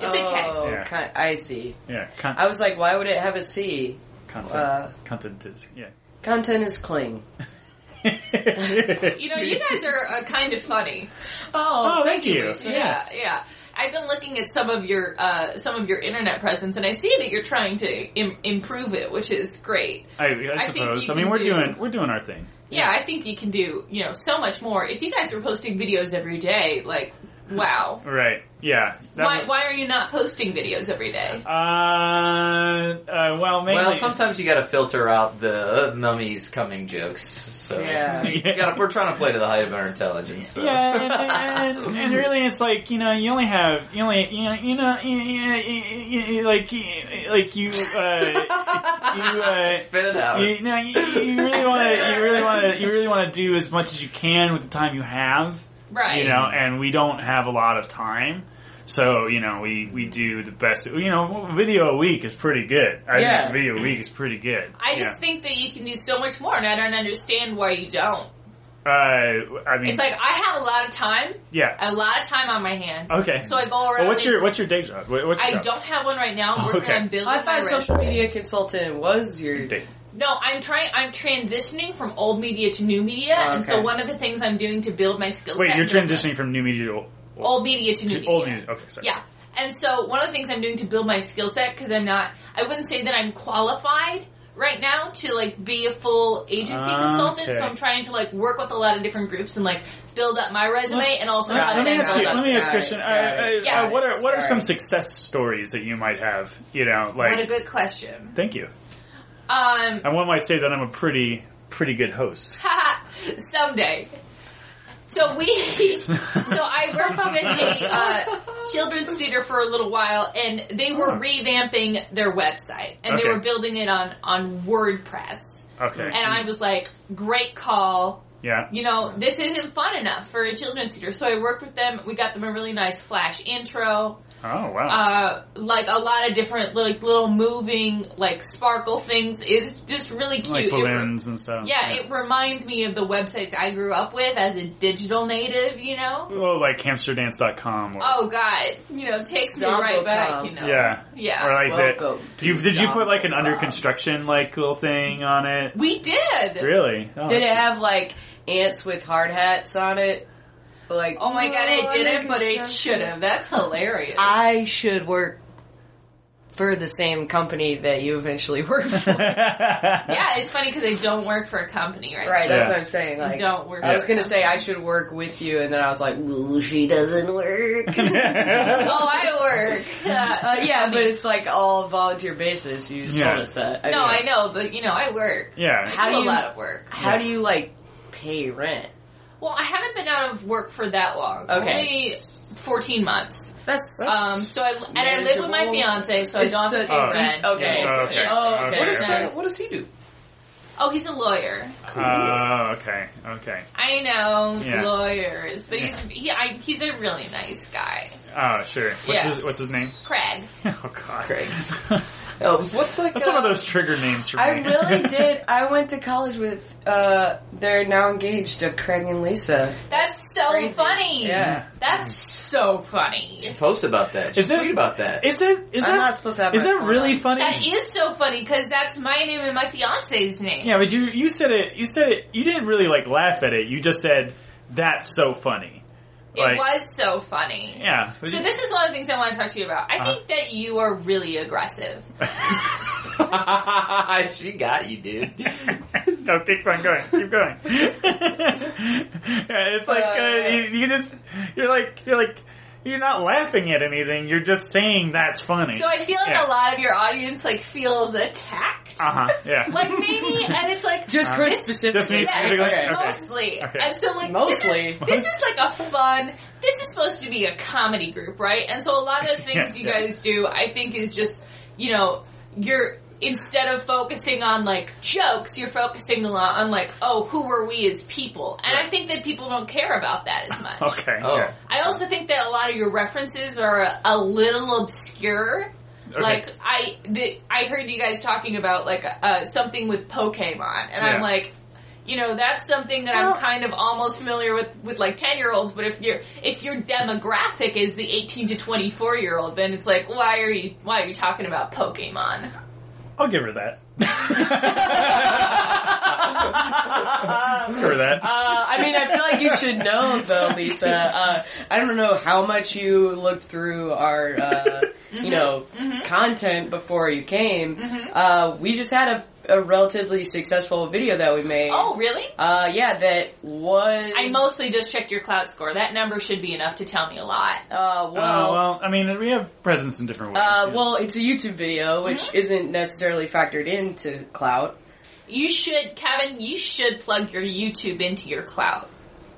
It's a Oh, Yeah. ki- I see. Yeah, con- I was like, why would it have a C? content. uh, content is yeah. Content is cling. K. You know, you guys are uh, kind of funny. Oh, thank you. Yeah, yeah. I've been looking at some of your uh, some of your internet presence, and I see that you're trying to Im- improve it, which is great. I, I think suppose. you I mean, can we're do- doing we're doing our thing. Yeah, I think you can do you know so much more. If you guys were posting videos every day, like wow, Right. Yeah. That why would- why are you not posting videos every day? Uh, uh, well, mainly. Well, sometimes you gotta filter out the uh, mummies coming jokes. So Yeah. You gotta- we're trying to play to the height of our intelligence. So. Yeah, and, and, and really, it's like you know, you only have you only you know you know you, you, you, you, like you, like you uh, you uh, Spit it out. you know you, you really want to you really want to you really want to do as much as you can with the time you have, Right. you know, and we don't have a lot of time. So you know we, we do the best. You know, video a week is pretty good. I Yeah. think video a week is pretty good. I Yeah. just think that you can do so much more, and I don't understand why you don't. uh, I mean, It's like I have a lot of time, yeah, a lot of time on my hands. okay. um, So I go around. well, what's and- your what's your day job? What- What's your I job? don't have one right now. I'm working Okay. on building I thought my social resume. media consultant was your. Day. No, I'm trying. I'm transitioning from old media to new media, Oh, and so okay. one of the things I'm doing to build my skill Wait, set you're is I'm- transitioning from new media to old, old media to new to media. old media. Okay, sorry. Yeah. And so one of the things I'm doing to build my skill set, because I'm not, I wouldn't say that I'm qualified right now to like be a full agency consultant. Okay. So I'm trying to like work with a lot of different groups and like build up my resume and also Let, how to let me then ask build you. up Let me ask guys, Christian. Uh, guys, uh, Yeah. uh, what are what are some sorry. success stories that you might have? You know, What a like good question. thank you. Um, And one might say that I'm a pretty pretty good host. someday. So we, so I worked up in the uh, children's theater for a little while, and they were revamping their website, and they Oh. Okay. were building it on on WordPress. Okay. And I was like, great call. yeah. You know, this isn't fun enough for a children's theater. So I worked with them. We got them a really nice flash intro. Oh wow. Uh, like a lot of different like little moving like sparkle things. It's just really cute. like It re- balloons and stuff. yeah, it reminds me of the websites I grew up with as a digital native, you know? Oh, like hamsterdance.com. Or, Oh god, you know, takes me Stumble right back, com. you know. Yeah. Yeah. Or like that? Welcome Did you, did you to put like an John under Bob. construction like little thing on it? we did. Really? Oh, Did it that's- have like ants with hard hats on it? Like, Oh my god, it Oh, didn't, but it construction. should have. That's hilarious. I should work for the same company that you eventually work for. right, yeah, it's funny because I don't work for a company right, that's Yeah. what I'm saying. now. I Like, don't work. I was for a gonna company. say I should work with you, and then I was like, "Ooh, she doesn't work." Oh, I work. Uh, yeah, but it's like all volunteer basis. You just Yeah. told us that. no, mean, I know, but you know, I work. yeah. How I do, do a you- lot of work. How do you like pay rent? Well, I haven't been out of work for that long. Okay. Only 14 months. That's Um, so I, and I live with my Manageable. fiance, so I It's don't have to so- pay Oh, rent. okay. Yeah, it's- Okay. yeah. Oh, okay. Okay. What is Nice. that? What does he do? Oh, he's a lawyer. Oh, okay. Okay. I know Yeah. lawyers, but he's he, I, he's a really nice guy. Oh, sure. What's Yeah. his What's his name? Craig. Oh God. Craig. Oh, What's like That's a- one of those trigger names for me. I really did. I went to college with. Uh, they're now engaged to Craig and Lisa. That's so Crazy. funny. Yeah. That's so funny. post about that. Is Is it- tweet about that. Is it? Is I'm that? not supposed to have. Is my that phone really on. funny? That is so funny because that's my name and my fiance's name. Yeah, but you you said it. You said it. You didn't really like laugh at it. You just said that's so funny. It Like, was so funny. yeah. Uh-huh. So this is one of the things I want to talk to you about. I think that you are really aggressive. she got you, dude. no, keep on going. Keep going. Yeah, it's like uh, you, you just you're like you're like you're not laughing at anything. You're just saying that's funny. So I feel like Yeah. a lot of your audience like feels attacked. uh huh. Yeah. Like maybe, and it's like Just her specifically. Just me Yeah, specifically? okay. mostly. Okay. And so like Mostly. this is, this is like a fun. This is supposed to be a comedy group, right? And so a lot of the things Yeah, you yeah. guys do, I think, is just you know you're instead of focusing on like jokes, you're focusing a lot on like oh who are we as people, and I think that people don't care about that as much. Okay. Oh. yeah. I also think that a lot of your references are a little obscure. Okay. Like I, the, I heard you guys talking about like uh, something with Pokemon, and Yeah. I'm like, you know, that's something that I'm kind of almost familiar with with like ten year olds. But if your if your demographic is the eighteen to twenty four year old, then it's like, why are you why are you talking about Pokemon? I'll give her that. give her that. Uh, I mean, I feel like you should know though, Lisa. Uh, I don't know how much you looked through our, uh, Mm-hmm. you know, content before you came. Uh, we just had a, a relatively successful video that we made. Oh, really? Uh, yeah, that was. I mostly just checked your cloud score. That number should be enough to tell me a lot. Uh, Uh, well, well, I mean, we have presents in different ways. Uh, yeah. well, it's a YouTube video, which Mm-hmm. isn't necessarily factored into clout. You should, Kevin. You should plug your YouTube into your cloud.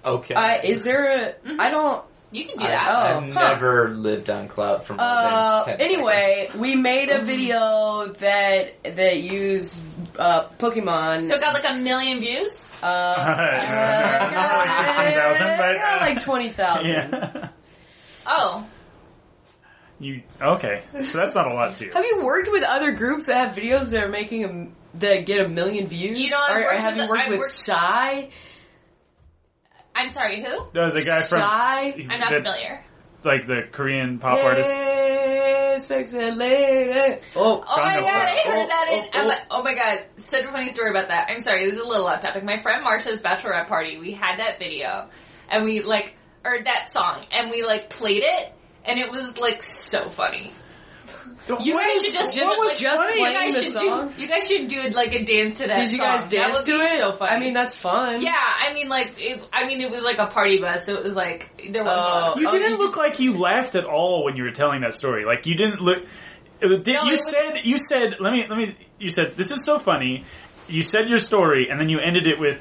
Okay. Uh, is there a? Mm-hmm. I don't. You can do that. I- I've oh, huh. never lived on cloud for more Uh, than 10 anyway, we made a video that that used uh, Pokemon. So it got like a million views. uh, uh, Not like 15,000, but, yeah, uh, like twenty thousand. yeah. Oh, You okay? So that's not a lot to you. Have you worked with other groups that have videos that are making a, that get a million views? You know, I've or, or worked have with you the- worked I've with worked- Psy? I'm sorry. Who? No, the guy from Psy? I'm not the- familiar. like the Korean pop artist. Hey, sexy lady. Oh, Oh my Gondo. god, I heard that in. Oh, oh, I'm oh. like, oh my god, such a funny story about that. I'm sorry, this is a little off topic. My friend Marsha's bachelorette party, we had that video, and we like, or that song, and we like played it, and it was like so funny. You What guys is- should just, what was just like, you playing guys the should song? Do, you guys should do like a dance to that. Did you song. guys That dance would to be it? So funny. I mean, that's fun. yeah, I mean, like, it, I mean, it was like a party bus, so it was like there was. Oh. no- You Oh, didn't you look like you laughed at all when you were telling that story. Like you didn't look. uh, Did, it you was- said you said let me let me you said this is so funny. You said your story and then you ended it with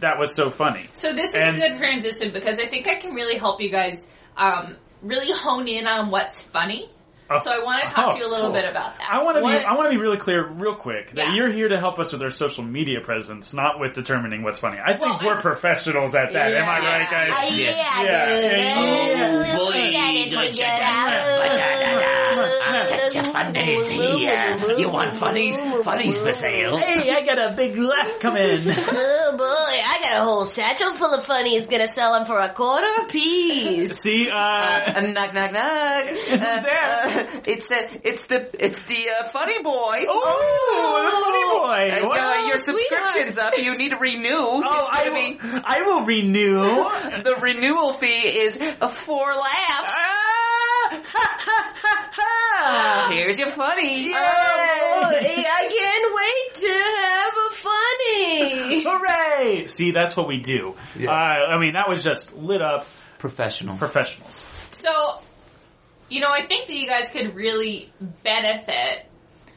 that was so funny. So this is And- a good transition because I think I can really help you guys um, really hone in on what's funny. Oh. So I want to talk Oh, to you a little cool. bit about that. I want to be What- I want to be really clear, real quick, that Yeah. you're here to help us with our social media presence, not with determining what's funny. I think Well, we're I- professionals at that. Am I right, guys? Yeah, Yeah. dude. Yeah. Oh, boy. Come on, come on, come on. Fundays here. You want funnies? Funnies for sale. Hey, I got a big laugh coming. Oh boy, I got a whole satchel full of funnies. Gonna sell them for a quarter apiece. See, uh, Uh, knock, knock, knock. Uh, uh, it's uh, it's the it's the uh, funny boy. oh, the funny boy. Uh, What? uh, your Oh, sweetheart. subscription's up. You need to renew. Oh, it's I gonna be, will, I will renew. the renewal fee is uh, four laughs. Ah! Here's your funny. Oh boy, I can't wait to have a funny. Hooray! See, that's what we do. Yes. Uh, I mean, that was just lit up Professional. professionals. So, you know, I think that you guys could really benefit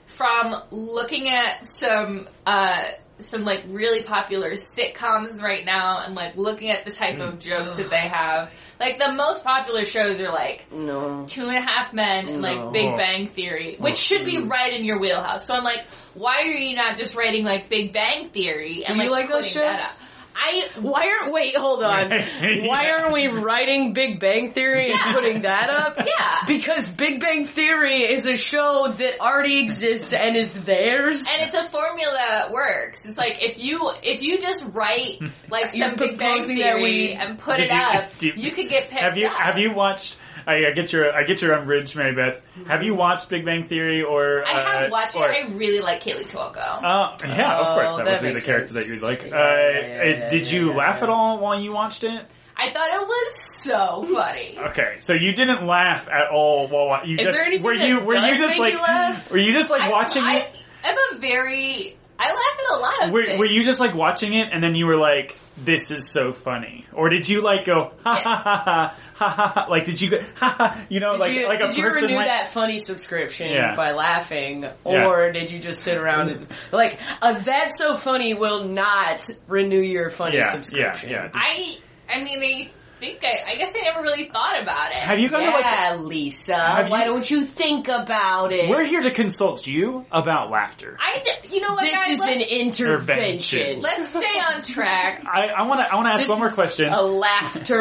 from looking at some uh, some like really popular sitcoms right now, and like looking at the type Mm. of jokes that they have. Like the most popular shows are like No. Two and a Half Men and No. like Big Bang Theory, which should Mm. be right in your wheelhouse. So I'm like, why are you not just writing like Big Bang Theory? And Do you like those putting that shows? up? I Why are wait? Hold on. Why aren't we writing Big Bang Theory and Yeah. putting that up? yeah. Because Big Bang Theory is a show that already exists and is theirs. And it's a formula that works. It's like if you if you just write like You're some Big Bang proposing that we- Theory and put Did it you- up, do you- you, could get picked Have you up. have you watched? I, I get your I get your umbrage, Mary Beth. Have you watched Big Bang Theory or? I have uh, watched or- it. I really like Kaylee Cuoco. Uh, yeah, of Oh, course, that, that was would be the makes character sense. that you'd like. Yeah, uh, yeah, yeah, uh, did yeah, you yeah, laugh yeah. at all while you watched it? I thought it was so funny. Okay, so you didn't laugh at all while wa- you Is just there anything were that you were you does just make like you laugh? were you just like I- watching I, it? I'm a very I laugh at a lot of Were, things. were you just like watching it and then you were like, "This is so funny," or did you like go ha ha ha ha ha ha? Like did you go ha ha? You know, Did like you, like a did you person renew like that funny subscription Yeah. by laughing, or did you just sit around and like uh, that's so funny will not renew your funny yeah, yeah, subscription? yeah. Did- I I mean I think I, I guess I never really thought about it. have you gone to like? Yeah, Lisa. Have why you- don't you think about it? We're here to consult you about laughter. I d- you know what this guys, is an let's, Intervention. intervention. let's stay on track. I, I want to I want to ask This one more is question. A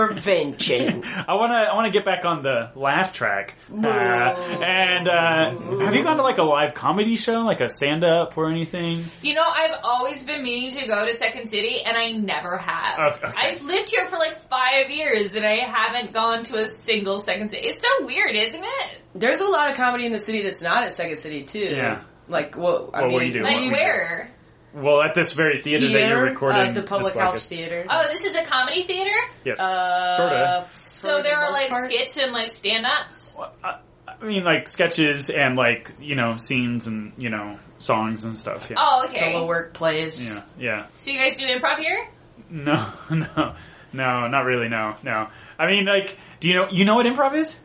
laughtervention. I want to I want to get back on the laugh track. Uh, and uh, have you gone to like a live comedy show, like a stand up or anything? You know, I've always been meaning to go to Second City, and I never have. Okay, okay. I've lived here for like five years, and I haven't gone to a single Second City. It's so weird, isn't it? There's a lot of comedy in the city that's not at Second City too. Yeah. Like what? I Well, mean, what do you do? Like What we where? Well, at this very theater that you're Here, recording, uh, the public this house podcast. theater. Oh, this is a comedy theater. Yes, Uh, sort of. for So the there are most like part. skits and like stand-ups. I, I mean, like sketches and like you know scenes and you know songs and stuff. Yeah, Oh, solo okay. workplays. yeah, yeah. So you guys do improv here? No, no, no, not really. No, no. I mean, like, do you know you know what improv is?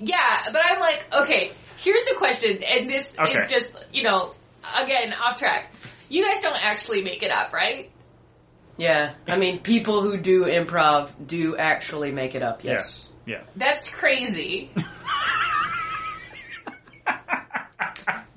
Yeah, but I'm like, okay. Here's a question, and this Okay. is just you know, again, off track. You guys don't actually make it up, right? Yeah. I mean, people who do improv do actually make it up. Yes. Yeah, That's crazy.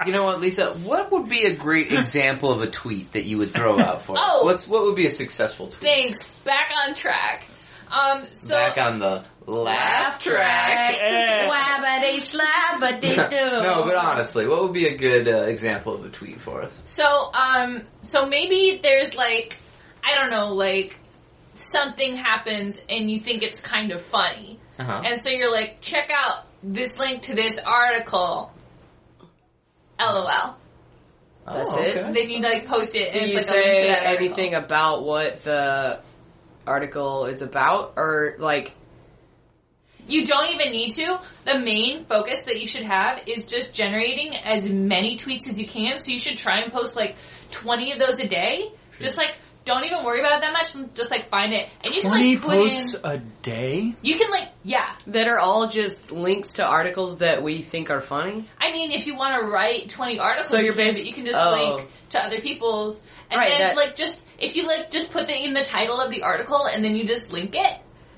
You know what, Lisa? What would be a great example of a tweet that you would throw out for? us? Oh. What's what would be a successful tweet? Thanks. Back on track. Um, so Back on the laugh track. yeah. Wabbity slabbity doo. no, but honestly, what would be a good uh, example of a tweet for us? so um so maybe there's like I don't know like something happens and you think it's kind of funny. Uh-huh. And so you're like check out this link to this article. LOL. That's Oh, it? okay. Then you like post it. Do and you it's, like, a link to say that article. anything about what the article is about, or like? You don't even need to. The main focus that you should have is just generating as many tweets as you can. So you should try and post like 20 of those a day. Just like, don't even worry about it that much. Just like find it. And you can Twenty like put in, posts a day. you can like, yeah. That are all just links to articles that we think are funny. I mean, if you want to write 20 articles, So you you're can, basi- but you can just oh. link to other people's. And Right, then that- like just, if you like just put the, in the title of the article and then you just link it,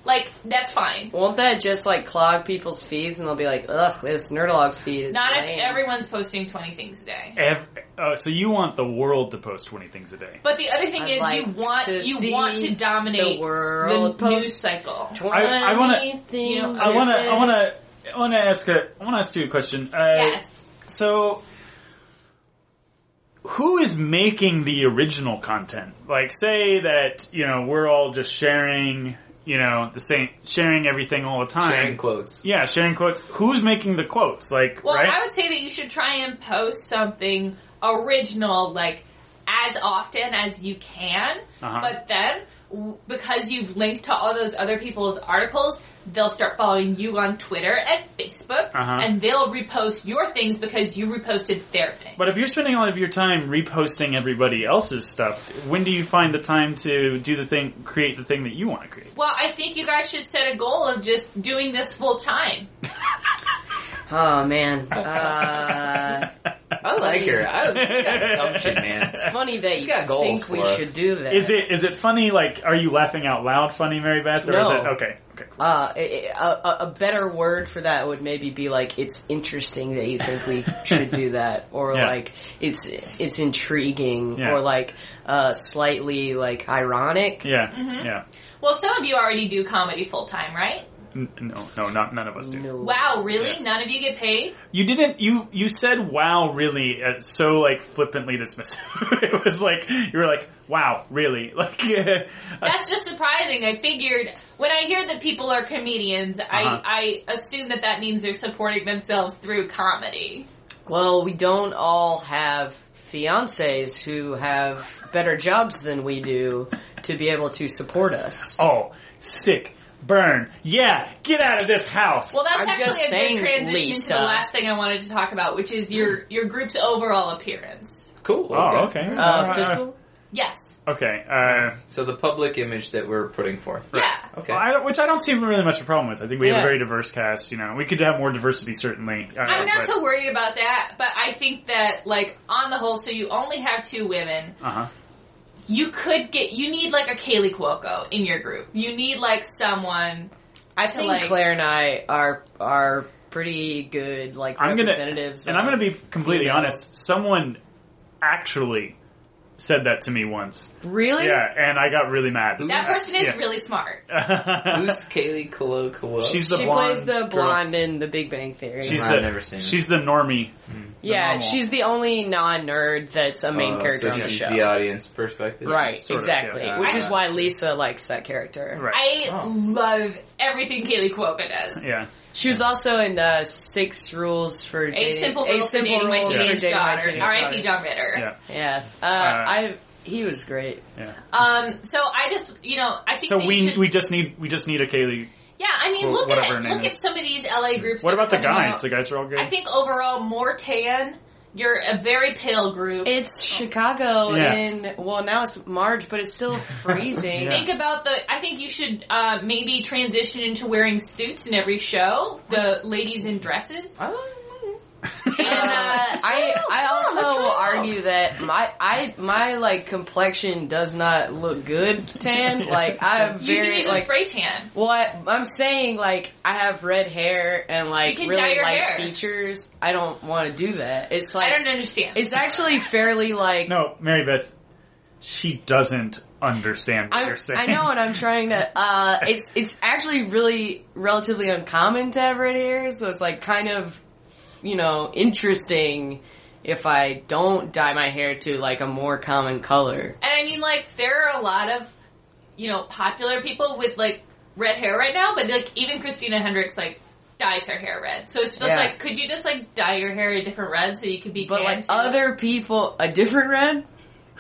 like that's fine. Won't that just like clog people's feeds and they'll be like, ugh, this Nerdlog's feed is Not lame." if everyone's posting 20 things a day. Ev- oh, so you want the world to post twenty things a day? But the other thing I'd is, like you want to you see want to dominate the world the news post- cycle. I- I wanna- Twenty things you know, I a want to. day. I want to. I want to ask a. I want to ask you a question. Uh, Yes. so who is making the original content? Like, say that you know we're all just sharing, you know, the same sharing everything all the time. Sharing quotes. Yeah, sharing quotes. Who's making the quotes? Like, Well, right? I would say that you should try and post something original, like as often as you can. Uh-huh. But then, w- because you've linked to all those other people's articles, they'll start following you on Twitter and Facebook, Uh-huh. and they'll repost your things because you reposted their thing. But if you're spending all of your time reposting everybody else's stuff, when do you find the time to do the thing, create the thing that you want to create? Well, I think you guys should set a goal of just doing this full time. Oh man, uh, I like her. I, she's got dumb shit, man. funny that you got goals think we for us. should do that. Is it is it funny? Like, are you laughing out loud? Funny, Mary Beth, or is it No. okay? Okay, cool. Uh, a, a, a better word for that would maybe be like it's interesting that you think we should do that, or Yeah. like it's it's intriguing, Yeah. or like uh, slightly like ironic. yeah, Mm-hmm. yeah. Well, some of you already do comedy full time, right? N- no, no, not none of us do. No. Wow, really? None of you get paid? You didn't. You you said wow, really, uh, so like flippantly dismissive. it was like you were like wow, really, like That's just surprising. I figured when I hear that people are comedians, Uh-huh. I, I assume that that means they're supporting themselves through comedy. Well, we don't all have fiancés who have better jobs than we do to be able to support us. oh sick burn. Yeah, get out of this house. Well, that's I'm actually just a saying, good transition Lisa. to the last thing I wanted to talk about, which is your your group's overall appearance. Cool. oh, okay. Uh, physical? Yes. Okay. Uh, So the public image that we're putting forth. Yeah. Okay. well, I don't- which I don't see really much of a problem with. I think we have Yeah. a very diverse cast. You know, we could have more diversity certainly. Uh, I'm not but- so worried about that, but I think that, like, on the whole, so you only have two women. Uh-huh. You could get, you need, like, a Kaylee Cuoco in your group. You need, like, someone. I to, think like- Claire and I are are pretty good like I'm gonna representatives. and I'm of- gonna be completely females. honest. Someone actually said that to me once. really Yeah, and I got really mad. Who? That person is Yeah. really smart. Who's Kaylee Kaloko? She's the she blonde plays the girl. blonde in The Big Bang Theory. She's I've the never seen it. she's the normie. yeah, normal. she's the only non-nerd that's a main Oh, character so on the she's show. the audience perspective. right, Sort of, exactly. yeah. Which is Yeah. why Lisa likes that character. Right. I Oh. love everything Kaylee Cuoco does. yeah. She was also in uh, Six Rules for Eight Dating. simple rules for dating my teenage daughter. R.I.P. John Ritter. Yeah. Yeah, uh, I he was great. Yeah. Um, so I just, you know, I think So that you we should- we just need we just need a Kaylee. yeah, I mean, Well, look whatever her at name look is. at some of these LA groups. What that about the are coming guys? out. The guys are all good. I think overall more tan. You're a very pale group. It's Chicago Yeah. in well now it's March, but it's still freezing. Yeah. Think about the. I think you should uh, maybe transition into wearing suits in every show. The ladies in dresses. Oh, And, uh, I I also argue that my I my like complexion does not look good tan. Like I'm you can very use a like spray tan. well I, I'm saying like I have red hair and like can really dye your light hair. features. I don't want to do that. It's I like don't understand. it's actually fairly like no, Mary Beth. She doesn't understand what I, you're saying. I know, and I'm trying to. Uh, it's it's actually really relatively uncommon to have red hair, so it's like kind of you know interesting if I don't dye my hair to like a more common color. And I mean, like, there are a lot of, you know, popular people with, like, red hair right now, but, like, even Christina Hendricks, like, dyes her hair red. So it's just Yeah. like, could you just, like, dye your hair a different red so you could be But tan, like too? other people, a different red.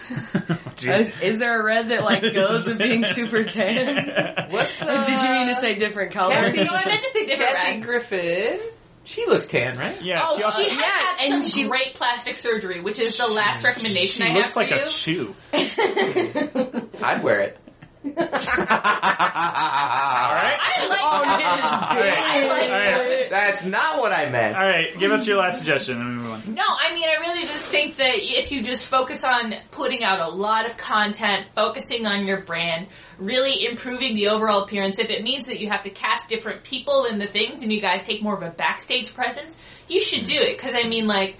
Is, Jeez. is there a red that like goes with being super tan? What's uh, Did you mean to say different color? You know, I meant to say different Kathy red. Griffin? She looks tan, right? Yeah. Oh, she also, she has yeah, had and some she- great plastic surgery, which is the last recommendation she I looks have like for a you. shoe. I'd wear it. All right. I like Oh, that. All right. All right. That's not what I meant. All right. Give us your last suggestion and move on. No, I mean, I really just think that if you just focus on putting out a lot of content, focusing on your brand, really improving the overall appearance, if it means that you have to cast different people in the things and you guys take more of a backstage presence, you should do it. Cause I mean, like,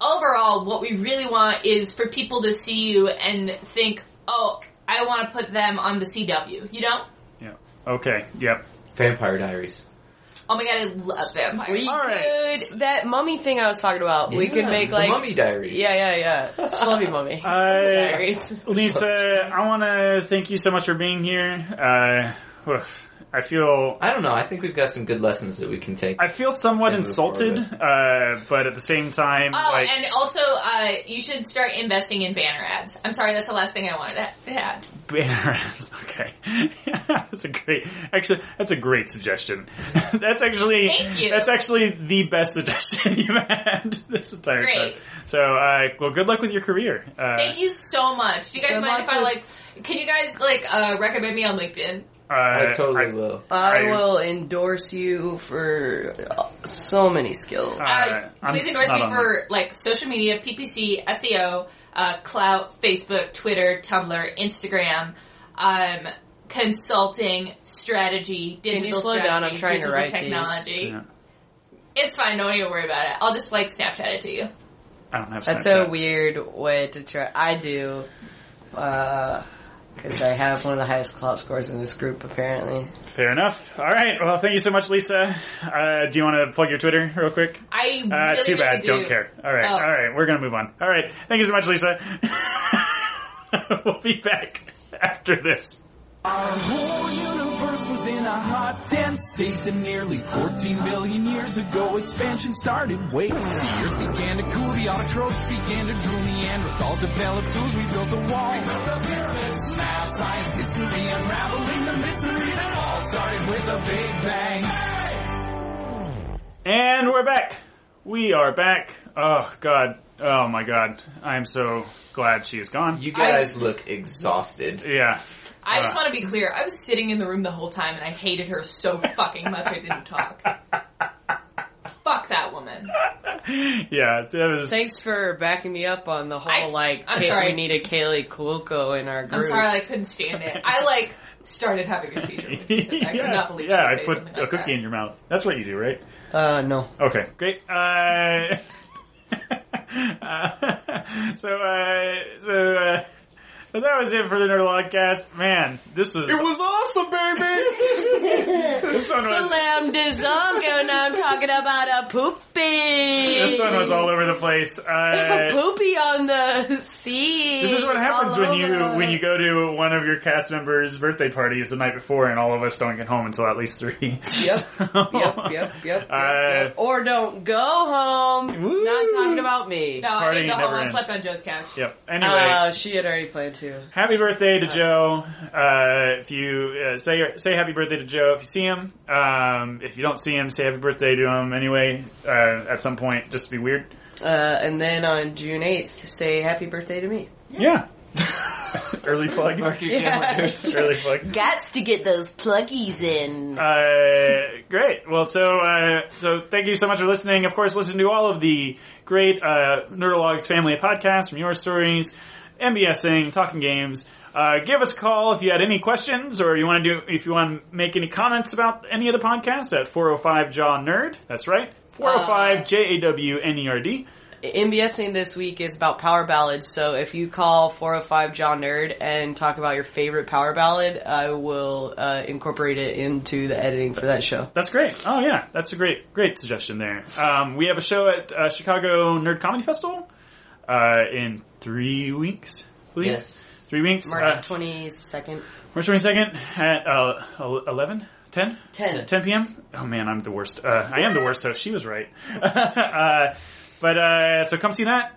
overall, what we really want is for people to see you and think, oh, I want to put them on the CW, you know? Yeah. Okay. Yep. Vampire Diaries. Oh my god, I love vampires. We All right. could that mummy thing I was talking about. We could make like the Mummy Diaries. yeah, yeah, yeah, Shelby mummy. Uh, Diaries. Lisa, I want to thank you so much for being here. Uh, oof. I feel I don't know. I think we've got some good lessons that we can take. I feel somewhat Yeah, move insulted, uh, but at the same time, Oh, like and also, uh, you should start investing in banner ads. I'm sorry, that's the last thing I wanted to Uh, add. banner ads. Okay, that's a great. Actually, that's a great suggestion. that's actually Thank you. that's actually the best suggestion you've had this entire Great. time. So, uh, well, good luck with your career. Uh, Thank you so much. Do you guys Good mind if luck I with- like? Can you guys like uh, recommend me on LinkedIn? Uh, I totally will. I I- will endorse you for uh, so many skills. Uh, I'm please endorse not me on for like social media, PPC, SEO, uh, Clout, Facebook, Twitter, Tumblr, Instagram, um, consulting, strategy, digital you slow strategy, down? I'm trying to digital write these. technology. Yeah. It's fine. Don't even worry about it. I'll just like Snapchat it to you. I don't have. That's Snapchat. a weird way to try. I do, because I have one of the highest clout scores in this group, apparently. Fair enough. All right. Well, thank you so much, Lisa. Uh, do you want to plug your Twitter real quick? I Uh, really, too really bad. do. not care. All right. Oh. All right. We're gonna move on. All right. Thank you so much, Lisa. we'll be back after this. Our whole universe was in a hot, dense state that nearly 14 billion years ago expansion started. Wait, the earth began to cool, the autotrophs began to drool, Neanderthals developed tools, we built a wall. We built the pyramids, math, science, history, unraveling the mystery that all started with a big bang. And we're back. We are back. Oh God. Oh my God. I am so glad she is gone. You guys look exhausted. yeah. I just want to be clear. I was sitting in the room the whole time, and I hated her so fucking much. I didn't talk. Fuck that woman. Yeah. That was. Thanks for backing me up on the whole, I- like, I'm Kay- sorry. we need a Kaylee Kuoko in our I'm group. sorry, I couldn't stand it. I like started having a seizure. When you said that. I yeah, could not believe. yeah, she'd I say put something a like cookie in your mouth. That's what you do, right? Uh, no. Okay, great. Uh, uh, so, uh, so, uh, so that was it for the Nerdlogcast. Man, this was was awesome, baby. this one was Slam Dizongo, and I'm talking about a poopy. this one was all over the place. a Uh, poopy on the sea. this is what happens all when you over. when you go to one of your cast members' birthday parties the night before, and all of us don't get home until at least three. Uh, Yep. Yep, yep, yep, yep, yep. Or don't go home. Woo. Not talking about me. that. No, I Party ate the never whole. I ends. slept on Joe's couch. Yep. Anyway. Uh, she had already played too. Happy birthday to Joe! Uh, if you uh, say say happy birthday to Joe, if you see him, um, if you don't see him, say happy birthday to him anyway. Uh, at some point, just to be weird. Uh, and then on June 8th, say happy birthday to me. Yeah. Early plug. Early plug. Gots to get those pluggies in. Uh, great. Well, so uh, so thank you so much for listening. Of course, listen to all of the great uh, Nerdalogs family of podcasts from Your Stories, MBSing, Talking Games. Uh, give us a call if you had any questions or you want to do if you want to make any comments about any of the podcasts at 405 Jaw Nerd. That's right. 405 J A W N E R D. MBSing this week is about power ballads, so if you call 405 John Nerd and talk about your favorite power ballad, I will uh, incorporate it into the editing for that show. That's great. Oh yeah, that's a great great suggestion there. Um, we have a show at uh, Chicago Nerd Comedy Festival uh, in three weeks. I believe. Yes. Three weeks. uh, March 22nd. March 22nd at uh, el- 11? 10? 10. 10 p.m.? Oh man, I'm the worst. Uh, I am the worst host. She was right. uh, but uh, so come see that.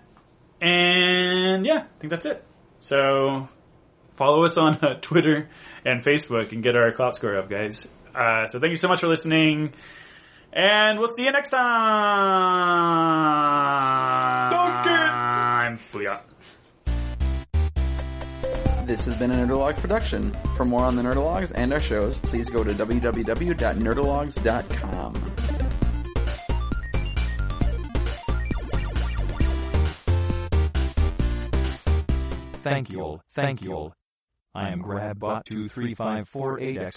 And yeah, I think that's it. So follow us on uh, Twitter and Facebook and get our clout score up, guys. Uh, so thank you so much for listening. And we'll see you next time. Don't get. Booyah. This has been a Nerdalogs production. For more on the Nerdalogs and our shows, please go to www.nerdalogs.com. Thank you, all, thank you. all. I am GrabBot23548X.